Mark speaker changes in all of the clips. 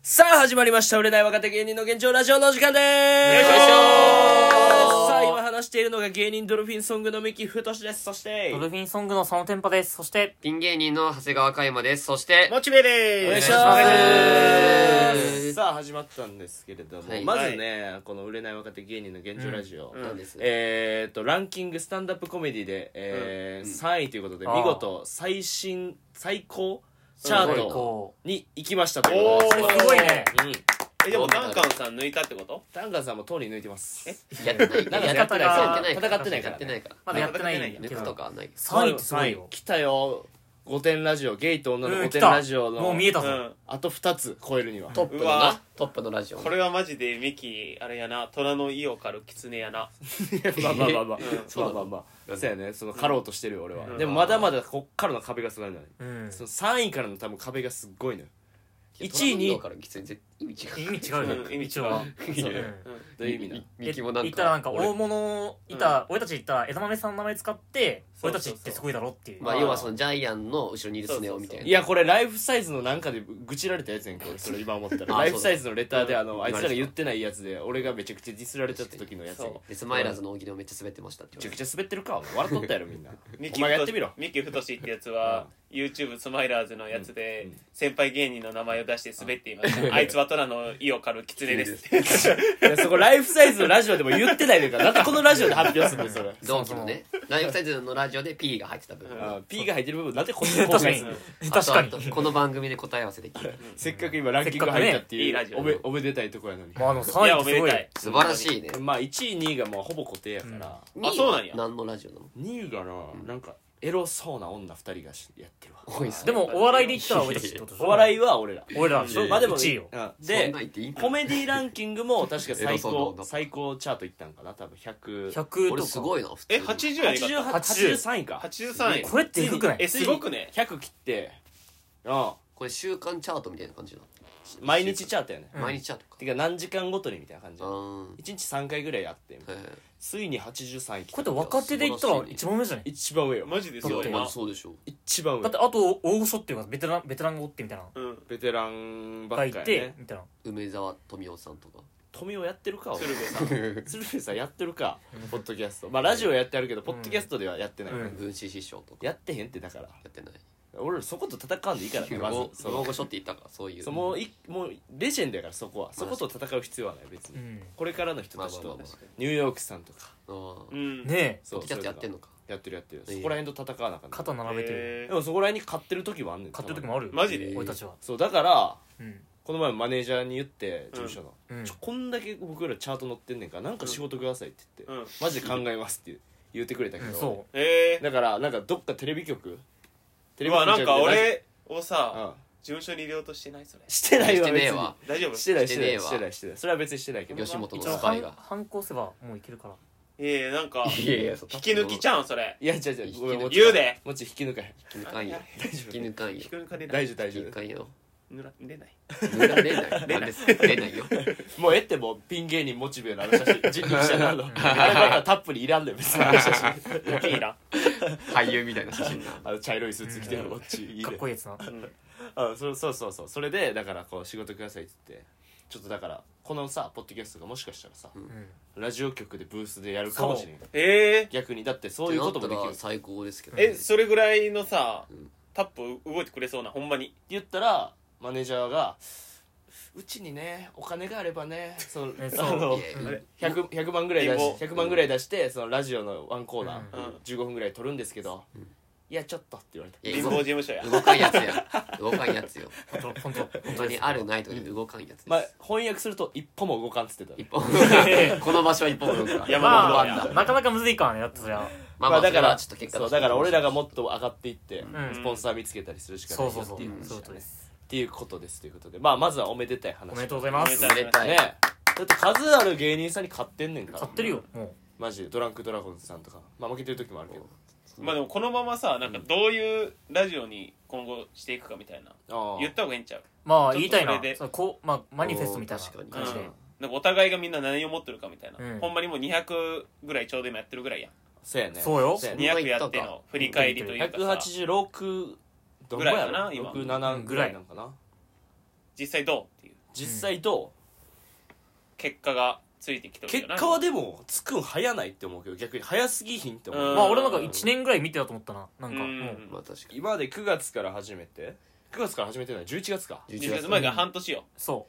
Speaker 1: さあ始まりました売れない若手芸人の現状ラジオのお時間でーす
Speaker 2: よいしょー
Speaker 1: さあ今話しているのが芸人ドルフィンソングの三木太志ですそして
Speaker 3: ドルフィンソングのそのテンポです。そして、
Speaker 2: ピン芸人の長谷川嘉山です。そして、
Speaker 4: モチベで
Speaker 1: お願
Speaker 4: す
Speaker 1: いし
Speaker 2: お願
Speaker 1: ま
Speaker 2: いし
Speaker 1: す
Speaker 2: ます
Speaker 1: さあ始まったんですけれども、
Speaker 2: はい
Speaker 1: まずねこの売れない若手芸人の現状ラジオ、
Speaker 4: うん
Speaker 2: なんです。
Speaker 1: えー、とランキングスタンダップコメディで、えー
Speaker 2: うん
Speaker 1: 3位ということで
Speaker 3: あー
Speaker 1: 見事最新最高チャ
Speaker 2: あと
Speaker 1: ー
Speaker 3: 最
Speaker 1: ト
Speaker 3: 高
Speaker 1: に行きましたということで
Speaker 3: こ
Speaker 4: おー
Speaker 3: れすごいね。
Speaker 1: うん、
Speaker 4: えでもダンカンさん抜いたってこと
Speaker 1: ダンカンさんもとうに抜いてます
Speaker 2: やってない。
Speaker 1: なんか
Speaker 2: やってない。
Speaker 3: 戦
Speaker 2: や
Speaker 3: っ
Speaker 2: って
Speaker 3: てな
Speaker 2: な
Speaker 3: いい
Speaker 2: か
Speaker 1: 戦ってないから
Speaker 2: ら。やってないから。
Speaker 3: まだやってない
Speaker 4: ま
Speaker 3: け
Speaker 2: 抜くと
Speaker 3: ど。
Speaker 2: かはない。
Speaker 3: 3位ってすごいよ。
Speaker 1: 来たよ5点ラジオゲイと女の
Speaker 3: うん
Speaker 1: 5
Speaker 3: 来
Speaker 1: 点
Speaker 3: た
Speaker 1: ラジオの
Speaker 3: もう見えた
Speaker 4: う
Speaker 3: ぞ。
Speaker 4: ん
Speaker 1: あと2つ超えるには
Speaker 2: トップの
Speaker 4: う
Speaker 2: な
Speaker 4: わ。
Speaker 2: トップのラジオ。
Speaker 4: これはマジでミキあれやな虎の意を狩る狐やな
Speaker 1: まあまあまあまあ
Speaker 4: うん
Speaker 1: そうまあまあそうやねその狩ろうとしてるよ俺は、
Speaker 4: うん
Speaker 1: でもまだまだこっからの壁がすごいんだね、
Speaker 3: うん。
Speaker 1: その3位からの多分壁がすっごいのよ1位
Speaker 2: いや
Speaker 1: に
Speaker 2: トランプの方からきつい絶意味違う。
Speaker 3: 意味違う
Speaker 4: う
Speaker 3: よ。
Speaker 4: ん意味違う
Speaker 3: 一応は。
Speaker 1: そう
Speaker 3: う
Speaker 1: ね
Speaker 3: ん
Speaker 4: うん
Speaker 1: どういう意味なの
Speaker 2: ミキもなんか。
Speaker 3: いたらなんか
Speaker 2: 俺
Speaker 3: 大物いた、俺たちいた枝豆さんの名前使って
Speaker 4: そう
Speaker 3: 俺
Speaker 4: そう
Speaker 3: た
Speaker 4: そう
Speaker 3: ちってすごいだろっていう
Speaker 2: まあ、要はそのジャイアンの後ろにいるスネ夫みたいな。
Speaker 1: いやこれライフサイズのなんかで愚痴られたやつやんか俺それ今思ったら
Speaker 2: あ
Speaker 1: ライフサイズのレターで
Speaker 4: そう
Speaker 1: あのあいつらが言ってないやつで俺がめちゃくちゃディスられちゃった時のやつやんめ
Speaker 2: デスマイラーズの大喜利をめっちゃ滑ってましたって
Speaker 1: ちゃ
Speaker 2: 言
Speaker 1: く
Speaker 2: わ
Speaker 1: ちゃ滑ってるか笑っとったやろみんな
Speaker 4: ミ
Speaker 1: お
Speaker 4: キ
Speaker 1: 前がやってみろ
Speaker 4: ミキ太ってやつは YouTube スマイラーズのやつで先輩芸人の名前を出して滑っていましたあいつは虎の意を狩る狐ですって
Speaker 1: いやそこライフサイズのラジオでも言ってないのからなんでこのラジオで発表するんだよそれ
Speaker 2: れ同期のね。ライフサイズのラジオで P が入ってた部分。
Speaker 1: あー P が入ってる部分なんでこっちに公開するの
Speaker 3: 確かに
Speaker 2: あとあとこの番組で答え合わせできる。
Speaker 1: せっかく今ランキング入ったって
Speaker 4: せ
Speaker 1: い
Speaker 4: っかくねいいラジ
Speaker 1: う
Speaker 4: オ
Speaker 1: おめおめでたいとこやのに
Speaker 3: まああの
Speaker 4: い
Speaker 3: 3
Speaker 4: や
Speaker 3: 位
Speaker 4: お
Speaker 3: って
Speaker 4: め
Speaker 3: す
Speaker 4: で
Speaker 3: ごい
Speaker 4: たい
Speaker 2: 素晴らしいね。
Speaker 1: まあ1位2位がもうほぼ固定やから
Speaker 4: あそうなんや
Speaker 2: 何のラジオなの
Speaker 1: 2位がななんかエロそうな女2人がしやってるわ
Speaker 2: 多いっす
Speaker 3: で
Speaker 2: ね
Speaker 3: もお笑いで言ったら俺たちってことでしょ
Speaker 1: お笑いは俺ら
Speaker 3: 俺ら
Speaker 2: いやいや
Speaker 1: まあでも
Speaker 3: 1位よ
Speaker 1: うん
Speaker 2: そ
Speaker 1: で
Speaker 2: んなん言っていい
Speaker 1: コメディランキングも確か最
Speaker 2: エロそうな
Speaker 1: 高
Speaker 2: 女
Speaker 1: 最高チャートいったんかな多分100
Speaker 3: 100
Speaker 2: 俺
Speaker 3: と
Speaker 2: す
Speaker 3: か
Speaker 2: ごいな普通
Speaker 4: え
Speaker 2: に
Speaker 4: 80やねん
Speaker 1: 80
Speaker 4: かっ
Speaker 1: 83位か
Speaker 4: た83位
Speaker 3: これってえぐくない
Speaker 4: えすごくね
Speaker 1: 100切ってうん
Speaker 2: これ週間チャートみたいな感じだ、
Speaker 1: 毎日チャートやね
Speaker 3: うん
Speaker 2: 毎日チャートか
Speaker 1: てか何時間ごとにみたいな感じ
Speaker 2: うーん
Speaker 1: 1日3回ぐらいやってみたいな
Speaker 2: へ
Speaker 1: ついに83位来
Speaker 3: これ
Speaker 1: た
Speaker 3: って若手で言ったら一番上じゃない
Speaker 1: 一番上よ
Speaker 4: マジです
Speaker 2: えい
Speaker 4: ごい
Speaker 2: や
Speaker 4: な
Speaker 2: まあそうでしょう
Speaker 1: 一番
Speaker 3: だっ
Speaker 1: 上
Speaker 3: てあと大御所っていうかベテランベテランがおってみたいな
Speaker 4: うん
Speaker 1: ベテランば
Speaker 3: が
Speaker 1: っ
Speaker 3: い
Speaker 1: かり
Speaker 3: て
Speaker 1: ね
Speaker 3: みたいな
Speaker 2: 梅沢富美男さんとか
Speaker 1: 富をやってるか俺
Speaker 4: 鶴瓶さん
Speaker 1: 鶴瓶さんやってるかポッドキャストまあラジオやってあるけどポッドキャストではやってないよね
Speaker 3: うん
Speaker 2: 分子師匠とか
Speaker 1: やってへんってだから
Speaker 2: やってない
Speaker 1: 俺そこと戦うんでいいからねま
Speaker 2: 大
Speaker 1: ずそ
Speaker 2: 大
Speaker 1: の
Speaker 2: 御所って言ったからそういう
Speaker 1: そのもういもうレジェンドやからそこはそこと戦う必要はない別
Speaker 3: う
Speaker 1: に
Speaker 3: ん
Speaker 1: これからの人たち
Speaker 2: まあ
Speaker 1: と
Speaker 2: まあまあ確
Speaker 1: ニューヨークさんとか
Speaker 2: う
Speaker 4: うんん
Speaker 3: ねえ
Speaker 1: そう
Speaker 2: キャッチやってん
Speaker 1: の
Speaker 2: のか
Speaker 1: やってるやってる
Speaker 2: え
Speaker 1: そこら辺と戦わなあかん
Speaker 3: 肩並べてる
Speaker 1: でもそこら辺に勝ってる時もあんねん
Speaker 3: 買ってる時もあるよ
Speaker 4: マジで
Speaker 3: 俺たちは
Speaker 1: そうだから
Speaker 3: うん
Speaker 1: この前マネージャーに言って事務所の、
Speaker 3: うん
Speaker 1: ちょこんだけ僕らチャート載ってんねんからなんか仕事くださいって言って、
Speaker 4: うん
Speaker 1: マジで考えますって言う言ってくれたけど、
Speaker 3: そ
Speaker 4: え
Speaker 1: だからなんかどっかテレビ局テ
Speaker 4: えまあなんか
Speaker 1: じゃくて
Speaker 4: 俺を
Speaker 1: ラジオ
Speaker 4: さ
Speaker 1: うん
Speaker 4: 事務所に入れようとしてないそれ
Speaker 1: してない
Speaker 2: し
Speaker 1: わ
Speaker 2: てねえわ
Speaker 4: 大
Speaker 1: 別
Speaker 4: 丈夫
Speaker 1: にしてないしてないし
Speaker 2: しててねえわ
Speaker 1: ないしてないそれは別にしてないけど
Speaker 2: 吉本
Speaker 3: う
Speaker 2: の
Speaker 3: 一応
Speaker 2: スパイが
Speaker 3: 反抗せばもういけるから
Speaker 4: ええなんか
Speaker 2: いやいやそう
Speaker 4: 引き抜きちゃうんそれ
Speaker 1: いや違う違うごめんもち
Speaker 4: 言うで
Speaker 1: もち引き抜かへん
Speaker 2: 引き抜かんよ引き抜かんよ
Speaker 4: 引き抜かれな
Speaker 1: 大
Speaker 4: い
Speaker 1: 丈夫大丈
Speaker 2: 引き抜かんよ
Speaker 4: ぬら出ない
Speaker 2: 抜かれないなんです出ないよ
Speaker 1: 夫もうええってもうピン芸人モチベのあの写真人力車のあのあれまたタップにいらんねん別にあの写真
Speaker 4: いいな
Speaker 2: 俳優みたいな写真な
Speaker 1: あの茶色いスーツ着てるこっちいい
Speaker 3: かっ
Speaker 1: ね
Speaker 3: こいいやつな
Speaker 1: あそうそうそうそうそれでだからこう仕事くださいって言ってちょっとだからこのさポッドキャストがもしかしたらさ、
Speaker 3: ん
Speaker 1: ラジオ局でブースでやるかもしれん
Speaker 4: ええ
Speaker 1: 逆にだってそういうこともできる
Speaker 2: ってなったら
Speaker 1: って
Speaker 2: 最高ですけど
Speaker 4: えそれぐらいのさ
Speaker 2: ん
Speaker 4: タップ動いてくれそうなほんまに
Speaker 1: 言ったらマネージャーが「うちにねお金があればねその
Speaker 3: えそう
Speaker 1: あの
Speaker 2: いやいや
Speaker 1: 100, 100万ぐらい出し
Speaker 4: 貧乏
Speaker 1: 100万ぐらい出してそのラジオのワンコーナ
Speaker 4: うん
Speaker 1: ー、15分ぐらい撮るんですけど、いやちょっと」って言われた
Speaker 2: いや
Speaker 4: 貧乏事務所や
Speaker 2: 動かんやつや動かんやつよ
Speaker 3: 本当本当
Speaker 2: 他にあるないとかで動かんやつです、
Speaker 1: まあ翻訳すると一歩も動かんっつってたね
Speaker 2: 一本この場所は一本分か
Speaker 4: 山
Speaker 2: まあ
Speaker 3: ま
Speaker 2: まあ
Speaker 3: あなかなかむずいからねだってそりゃ
Speaker 2: まあまあ
Speaker 1: だか
Speaker 2: それ
Speaker 1: ら
Speaker 2: はちょっと結果
Speaker 1: そうだから俺らがもっ
Speaker 2: と
Speaker 1: と上がっていって、
Speaker 3: ん
Speaker 1: スポンサー見つけたりするしかない
Speaker 3: そう
Speaker 1: よ
Speaker 3: そ
Speaker 1: っ
Speaker 3: うそう
Speaker 1: ていう
Speaker 3: そういうことで
Speaker 1: 話
Speaker 3: す
Speaker 1: っていうことですということでまあまずはおめでたい話
Speaker 3: おめでとうございます
Speaker 2: めでたい、
Speaker 1: ねだって数ある芸人さんに勝ってんねんから
Speaker 3: 買ってるよも
Speaker 1: マジでドランクドラゴンズさんとかまあ負けてる時もあるけど
Speaker 4: まあでもこのままさなんかどういうラジオに今後していくかみたいな
Speaker 1: ああ
Speaker 4: 言った方がいいんちゃう
Speaker 3: うまあ言いたい
Speaker 4: ちょ
Speaker 3: な
Speaker 4: っとそれで
Speaker 3: そうこうまあマニフェストみたいな
Speaker 2: おー確か
Speaker 3: 感
Speaker 2: に
Speaker 3: じで
Speaker 4: うんなんかお互いがみんな何を持ってるかみたいな、
Speaker 3: うん
Speaker 4: ほんまにもう200ぐらいちょうど今やってるぐらいやん
Speaker 1: そうやね
Speaker 3: そうよ
Speaker 1: やね
Speaker 4: 200やっての振り返りというかさ
Speaker 1: 186どんぐ
Speaker 4: ぐ
Speaker 1: ら
Speaker 4: らい
Speaker 1: い
Speaker 4: かな今
Speaker 1: 67ぐらいなんかな
Speaker 4: 実際どうっていう
Speaker 1: 実際ど
Speaker 4: 結果がついてきて
Speaker 1: う
Speaker 4: るん
Speaker 1: 結
Speaker 4: じゃない
Speaker 1: 果はでもつくん早ないって思うけど逆に早すぎひんって思う、
Speaker 4: うん
Speaker 3: まあ俺なんか1年ぐらい見てたと思ったななんか、
Speaker 4: うん
Speaker 3: も
Speaker 2: まあ確かに
Speaker 1: 今まで9月から始めて9月から始めてない11月か
Speaker 4: 1月前から半年よ
Speaker 3: そ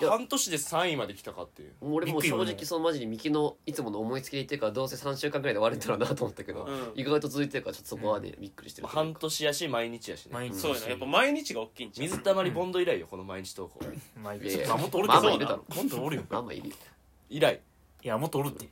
Speaker 2: いや
Speaker 1: 半年で3位まで来たかっていう
Speaker 2: 俺も
Speaker 3: びっ
Speaker 2: う正
Speaker 3: くりよ
Speaker 2: 直
Speaker 3: ね
Speaker 2: そのマジにミキのいつもの思いつきで言ってるからどうせ3週間ぐらいで終わるんだろうなと思ったけど、
Speaker 4: うん
Speaker 2: 意外と続いてるからちょっとそこはね、びっくりして
Speaker 1: ま
Speaker 2: る
Speaker 1: あ
Speaker 2: とい
Speaker 1: 半
Speaker 2: うか
Speaker 1: 年やし毎日やしね
Speaker 3: 毎日
Speaker 4: そうやなやっぱ毎日が大きいんちゃう
Speaker 1: 水たまりボンド以来よこの毎日投稿
Speaker 3: うまあ
Speaker 2: いやいや
Speaker 3: まあもっとおるけ
Speaker 2: まあ
Speaker 3: ど
Speaker 2: まあいるだろ
Speaker 3: もっとおるよ
Speaker 2: まあまあいるよ
Speaker 1: 以来
Speaker 3: いやもっとおるって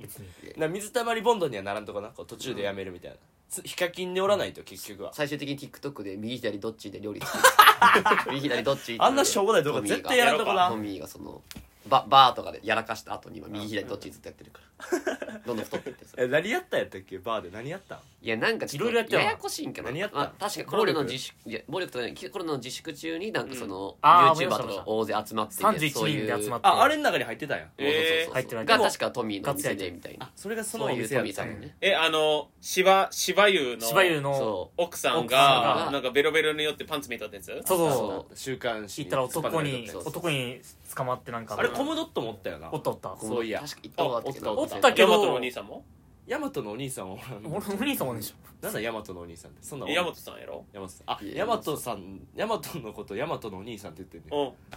Speaker 3: 別に
Speaker 1: な水たまりボンドにはならんとこなこう途中でやめるみたいな、つヒカキンでおらないと結局は
Speaker 2: 最終的に TikTok で右左どっちで料理作 る右左どっち
Speaker 1: あんなしょうもない動画
Speaker 2: トミーが
Speaker 1: 絶対やらんとこな
Speaker 2: トミーがそのババーとかでやらかした後に今右左どっちずっとやってる からどんどん太ってってそれ
Speaker 1: え何やったんやったっけバーで何やったん
Speaker 2: いやなんかちょ
Speaker 3: いろいろや
Speaker 2: っ
Speaker 3: って
Speaker 2: と
Speaker 3: た
Speaker 2: や
Speaker 3: な
Speaker 2: やこしいんかな
Speaker 1: 何やった
Speaker 2: まあ確かコロナの自粛いや暴力とかじゃないコロナの自粛中になんかその、
Speaker 3: うんあー
Speaker 2: YouTuber と
Speaker 3: 思い出し
Speaker 2: か
Speaker 3: た
Speaker 2: 大勢集まって
Speaker 3: 31人で集まって
Speaker 1: ああれの中に入ってたんや
Speaker 2: そうそうそうそう
Speaker 3: 入ってない
Speaker 2: が確かトミーの店でみたいな
Speaker 1: あそれがその
Speaker 2: そう
Speaker 1: お
Speaker 2: いう
Speaker 1: 店
Speaker 2: ト
Speaker 1: やっ
Speaker 2: ミー
Speaker 1: た
Speaker 2: さ
Speaker 1: ん
Speaker 2: ん
Speaker 1: や
Speaker 2: のね
Speaker 4: えあの芝芝生
Speaker 3: 芝生
Speaker 4: の
Speaker 3: の
Speaker 2: そう
Speaker 4: 奥さん
Speaker 3: 奥さ
Speaker 4: が
Speaker 2: んが
Speaker 4: なんかベロベロによってパンツ見たってやつ
Speaker 3: そうそうそう
Speaker 2: そ
Speaker 1: 週刊誌
Speaker 3: 行ったら男に
Speaker 2: そうそう
Speaker 3: 男に捕まってなんか
Speaker 1: あれコムドット持ったよな
Speaker 3: おったおった
Speaker 2: こ
Speaker 1: そういや
Speaker 2: 確か行ったことあったけど
Speaker 3: おったけ
Speaker 4: ヤ
Speaker 3: ど
Speaker 4: マトのお兄さんも
Speaker 1: ヤマトのお兄さんはおらんの
Speaker 3: 俺お兄さんもでしょ
Speaker 1: なんだヤマトのお兄さんってそんな
Speaker 4: ヤマトさんやろ
Speaker 1: ヤマトさんあ
Speaker 2: いや
Speaker 1: ヤマトさんヤマトのことヤマトのお兄さんって言ってんね
Speaker 4: う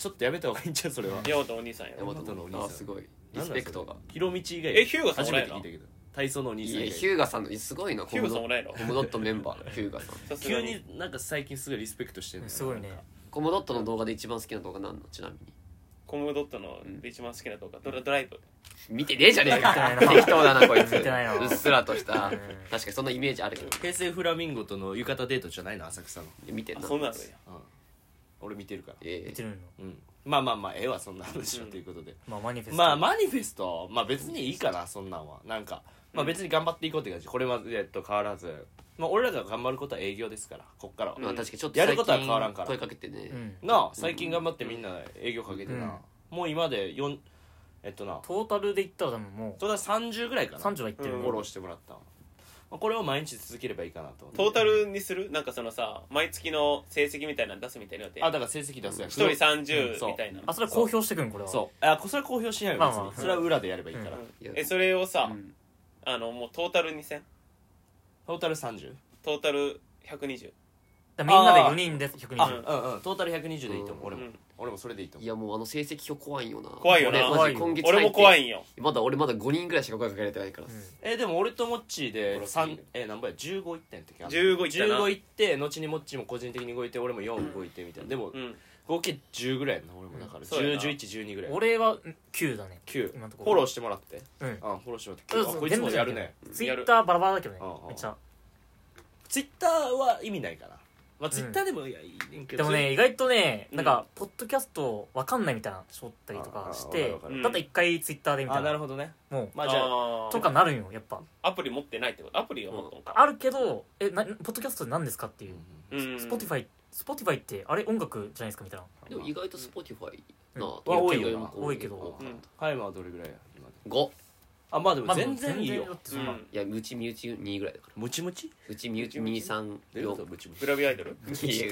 Speaker 1: ちょっとやめた方がいいんちゃうそれは
Speaker 4: んヤマトお兄さんや
Speaker 2: 大和
Speaker 4: ろ
Speaker 1: マトのお兄さん
Speaker 2: あすごいリスペクトが
Speaker 1: ヒロミチ以外
Speaker 4: えヒューガさん
Speaker 1: 初
Speaker 4: おら
Speaker 1: め
Speaker 4: んや
Speaker 1: て
Speaker 4: ろ
Speaker 1: 聞いたけど体操のお兄さん
Speaker 2: い
Speaker 1: 以
Speaker 2: や
Speaker 1: 外
Speaker 2: ヒューガさんのすごいな
Speaker 4: ヒューガさんおらんやろ
Speaker 2: コムドットメンバーヒューガさん
Speaker 4: さすが
Speaker 1: 急
Speaker 4: に
Speaker 1: になんか最近すごいリスペクトしてる
Speaker 3: すごいね
Speaker 2: コムドットの動画で一番好きな動画なんのちなみに
Speaker 4: コムドットの一番好きな動画ドラドライブ
Speaker 2: 見てねえじゃねえ
Speaker 3: 見てない
Speaker 2: か
Speaker 3: な
Speaker 2: 適当だなこいつ
Speaker 3: 見てないな
Speaker 2: うっすらとした
Speaker 3: うん
Speaker 2: 確かにそんなイメージあるけど
Speaker 1: 平成フラミンゴとの浴衣デートじゃないの浅草の
Speaker 2: 見てん
Speaker 4: あ
Speaker 2: な
Speaker 4: そんなのや
Speaker 1: うん俺見てるから
Speaker 2: え
Speaker 3: 見
Speaker 2: え
Speaker 3: てるの
Speaker 1: うんまあまあまあええわそんな話はということで
Speaker 3: まあマニフェスト
Speaker 1: まあマニフェストまあ別にいいかなそんなんはなんかまあ別に頑張っていこうって感じこれまでと変わらずまあ俺らが頑張ることは営業ですからこっからは
Speaker 2: まあ確かにちょっと
Speaker 1: やることは変わらんから
Speaker 2: 最近声かけてね
Speaker 3: うん
Speaker 1: なあ最近頑張ってみんな営業かけてな、もう今で4えっとな
Speaker 3: トータルで言ったら多分も
Speaker 1: トータル30ぐらいか
Speaker 3: う
Speaker 1: な
Speaker 3: 30は行ってる
Speaker 1: フォローしてもらった、まあ、これを毎日続ければいいかなと
Speaker 4: トータルにするなんかそのさ毎月の成績みたいなの出すみたいなのって
Speaker 1: あだから成績出すやん
Speaker 4: 一人
Speaker 1: そ
Speaker 4: 30
Speaker 1: う
Speaker 4: みたいな
Speaker 3: あそれは公表してくんこれは
Speaker 1: そうあそれは公表しないよ、
Speaker 3: まあまあ
Speaker 1: 別にそれは裏でやればいいから、
Speaker 4: うん
Speaker 2: いや
Speaker 4: えそれをさ
Speaker 2: うん
Speaker 4: あのもうトータル2000
Speaker 1: トータル30
Speaker 4: トータル120
Speaker 3: だからみんなで4人で120
Speaker 1: あうんうんトータル120でいいと思う、俺も、
Speaker 4: うん
Speaker 1: 俺もそれでいいと
Speaker 2: い
Speaker 1: 思う
Speaker 2: やもうあの成績表怖いよな
Speaker 4: 怖いよな
Speaker 2: 俺マ
Speaker 3: 怖い
Speaker 2: ジ
Speaker 3: よ
Speaker 2: 今月入って
Speaker 4: 俺も怖いんよ
Speaker 2: まだ俺まだ5人ぐらいしか声かけられてないから
Speaker 3: うん
Speaker 1: えでも俺とモッチーで
Speaker 2: 俺
Speaker 1: 3え何倍や15いったんやったっけ
Speaker 4: 15いったな
Speaker 1: 15いって後にモッチーも個人的に動いて俺も4動いてみたいなでも、
Speaker 4: うん
Speaker 1: 合計10ぐらいやんな俺もだから
Speaker 4: そうやな
Speaker 1: 101112ぐらい
Speaker 3: 俺は9だね
Speaker 1: 9
Speaker 3: 今のと
Speaker 1: フォ
Speaker 3: ころ
Speaker 1: ローしてもらって
Speaker 3: うん
Speaker 1: あフォローしても
Speaker 3: そ
Speaker 1: ら
Speaker 3: う
Speaker 1: って
Speaker 3: そう
Speaker 1: あこいつもやるね
Speaker 3: ツイッターバラバラだけどね
Speaker 1: うんうん
Speaker 3: めっちゃ
Speaker 1: ツイッターは意味ないかなまあツイッターでもいやいいねんけ
Speaker 3: で
Speaker 1: ど
Speaker 3: もね意外とね
Speaker 4: うん
Speaker 3: なんかポッドキャストわかんないみたいなしょったりとかし
Speaker 1: あー
Speaker 3: て
Speaker 1: わか
Speaker 4: るわかる
Speaker 3: だったら一回ツイッターでみた
Speaker 1: あ
Speaker 3: い
Speaker 1: な
Speaker 3: な
Speaker 1: るほどね
Speaker 3: も
Speaker 1: まあじゃあ
Speaker 3: う
Speaker 4: ー
Speaker 3: とかなるんよやっぱ
Speaker 4: アプリ持ってないってことアプリを持っとんか
Speaker 3: あるけどえなポッドキャストって何ですかっていう
Speaker 4: うん
Speaker 3: スポティファイスポティファイってあれ音楽じゃないですかみたいな
Speaker 2: でも意外と Spotify
Speaker 3: う
Speaker 2: な
Speaker 3: ん
Speaker 1: 多いよな
Speaker 3: 多いけど
Speaker 4: うん
Speaker 1: タイムはどれぐらいや今で
Speaker 2: 5
Speaker 1: あまあで
Speaker 3: ま
Speaker 1: も
Speaker 3: あでも
Speaker 1: 全然いい
Speaker 3: だ
Speaker 1: よ
Speaker 3: ってそんな
Speaker 4: うん
Speaker 2: いやうち身内2ぐらいだか
Speaker 1: ムチムチ
Speaker 2: らうち身内23
Speaker 1: どういうことムチムチ
Speaker 4: グラビアアイドル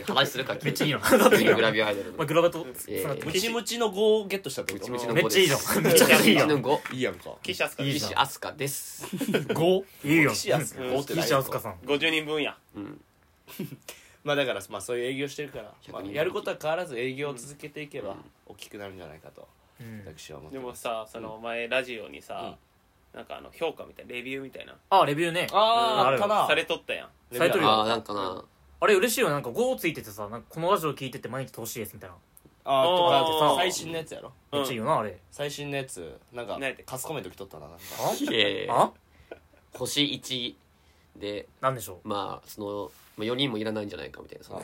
Speaker 2: 話するか
Speaker 3: めっちゃいい
Speaker 2: よ
Speaker 3: よだって
Speaker 2: グラビアアイドル
Speaker 3: まあ
Speaker 2: の
Speaker 3: グラバとつ
Speaker 2: いやいや
Speaker 3: ながって
Speaker 1: ム
Speaker 3: る
Speaker 1: チムチの5をゲットしたってこと
Speaker 2: ムチムチの
Speaker 3: めっちゃいいじゃんめっちゃいいや
Speaker 2: うちの
Speaker 3: ん
Speaker 2: 5
Speaker 1: いいやんか
Speaker 4: キシャスカ
Speaker 3: いいじゃん
Speaker 2: 岸飛鳥です
Speaker 3: 5いいよ
Speaker 1: 岸安子
Speaker 3: うん
Speaker 1: 5ってない
Speaker 3: 岸安塚さん
Speaker 4: 50人分や
Speaker 2: うん
Speaker 1: まあだからまあそういう営業してるから
Speaker 2: 100
Speaker 1: まあ
Speaker 2: 人
Speaker 1: やることは変わらず営業を続けていけば大きくなるんじゃないかと
Speaker 3: うん
Speaker 1: 私は思って
Speaker 4: で
Speaker 1: ま
Speaker 4: も
Speaker 1: す
Speaker 4: さその前ラジオにさなんかあの評価みたいなレビューみたいな
Speaker 3: あレビューね
Speaker 1: あー
Speaker 3: うん
Speaker 1: あったな
Speaker 4: されとったやん
Speaker 3: されとるよ
Speaker 2: ああなんかな
Speaker 3: あれ嬉しいよなんか5ついててさなんかこのラジオ聞いてて毎日楽しいですみたいな
Speaker 1: あーとか
Speaker 4: あー
Speaker 1: 最新のやつやろ
Speaker 4: うん
Speaker 3: めっちゃいいよなあれ
Speaker 1: 最新のやつなんか
Speaker 4: 何やったっけ
Speaker 1: カスコメント来とったななんか
Speaker 3: あ
Speaker 2: いやいや
Speaker 3: あ
Speaker 2: 星1で
Speaker 3: なんでしょ
Speaker 2: まあそのまあ4人もいらないんじゃないかみたいなその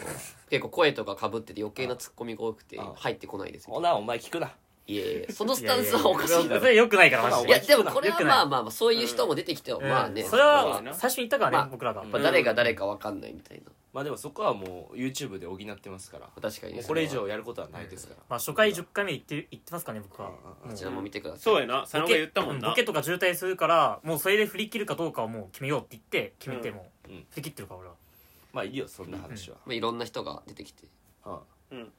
Speaker 2: 結構声とかかぶってて余計なツッコミが多くて
Speaker 1: あ
Speaker 2: 入ってこないですみた
Speaker 1: ほ
Speaker 2: い
Speaker 1: なお前聞くな
Speaker 2: ないやいやその
Speaker 3: う
Speaker 2: スタンスはおかしい
Speaker 3: や
Speaker 2: だ
Speaker 3: や
Speaker 2: ろ
Speaker 3: それよくないからマジ
Speaker 2: い
Speaker 3: で
Speaker 2: やでもこれは
Speaker 3: 良くない
Speaker 2: まあまあまあそういう人も出てきても
Speaker 3: うん
Speaker 2: まあね
Speaker 3: それは最初に言ったから
Speaker 2: まあ
Speaker 3: ね僕らが
Speaker 2: まあ誰が誰かわかんないみたいな
Speaker 1: まあでもそこはもう YouTube で補ってますから
Speaker 2: 確かに
Speaker 1: も
Speaker 2: ね
Speaker 1: うこれ以
Speaker 2: そは
Speaker 1: 上やることはないですから、
Speaker 3: まあ初回10回目行って言ってますからね僕は
Speaker 1: うんうんうん
Speaker 3: も
Speaker 2: こちらも見てください
Speaker 4: そうやな佐野が言ったもん
Speaker 3: ボ
Speaker 4: な
Speaker 3: ケとか渋滞するからもうそれで振り切るかどうかをもう決めようって言って決めてもう
Speaker 1: うんうん
Speaker 3: 振り切ってるから俺は
Speaker 1: まあいいよそんな話は、
Speaker 2: まあ、いろんな人が出てきて
Speaker 1: うん
Speaker 4: うん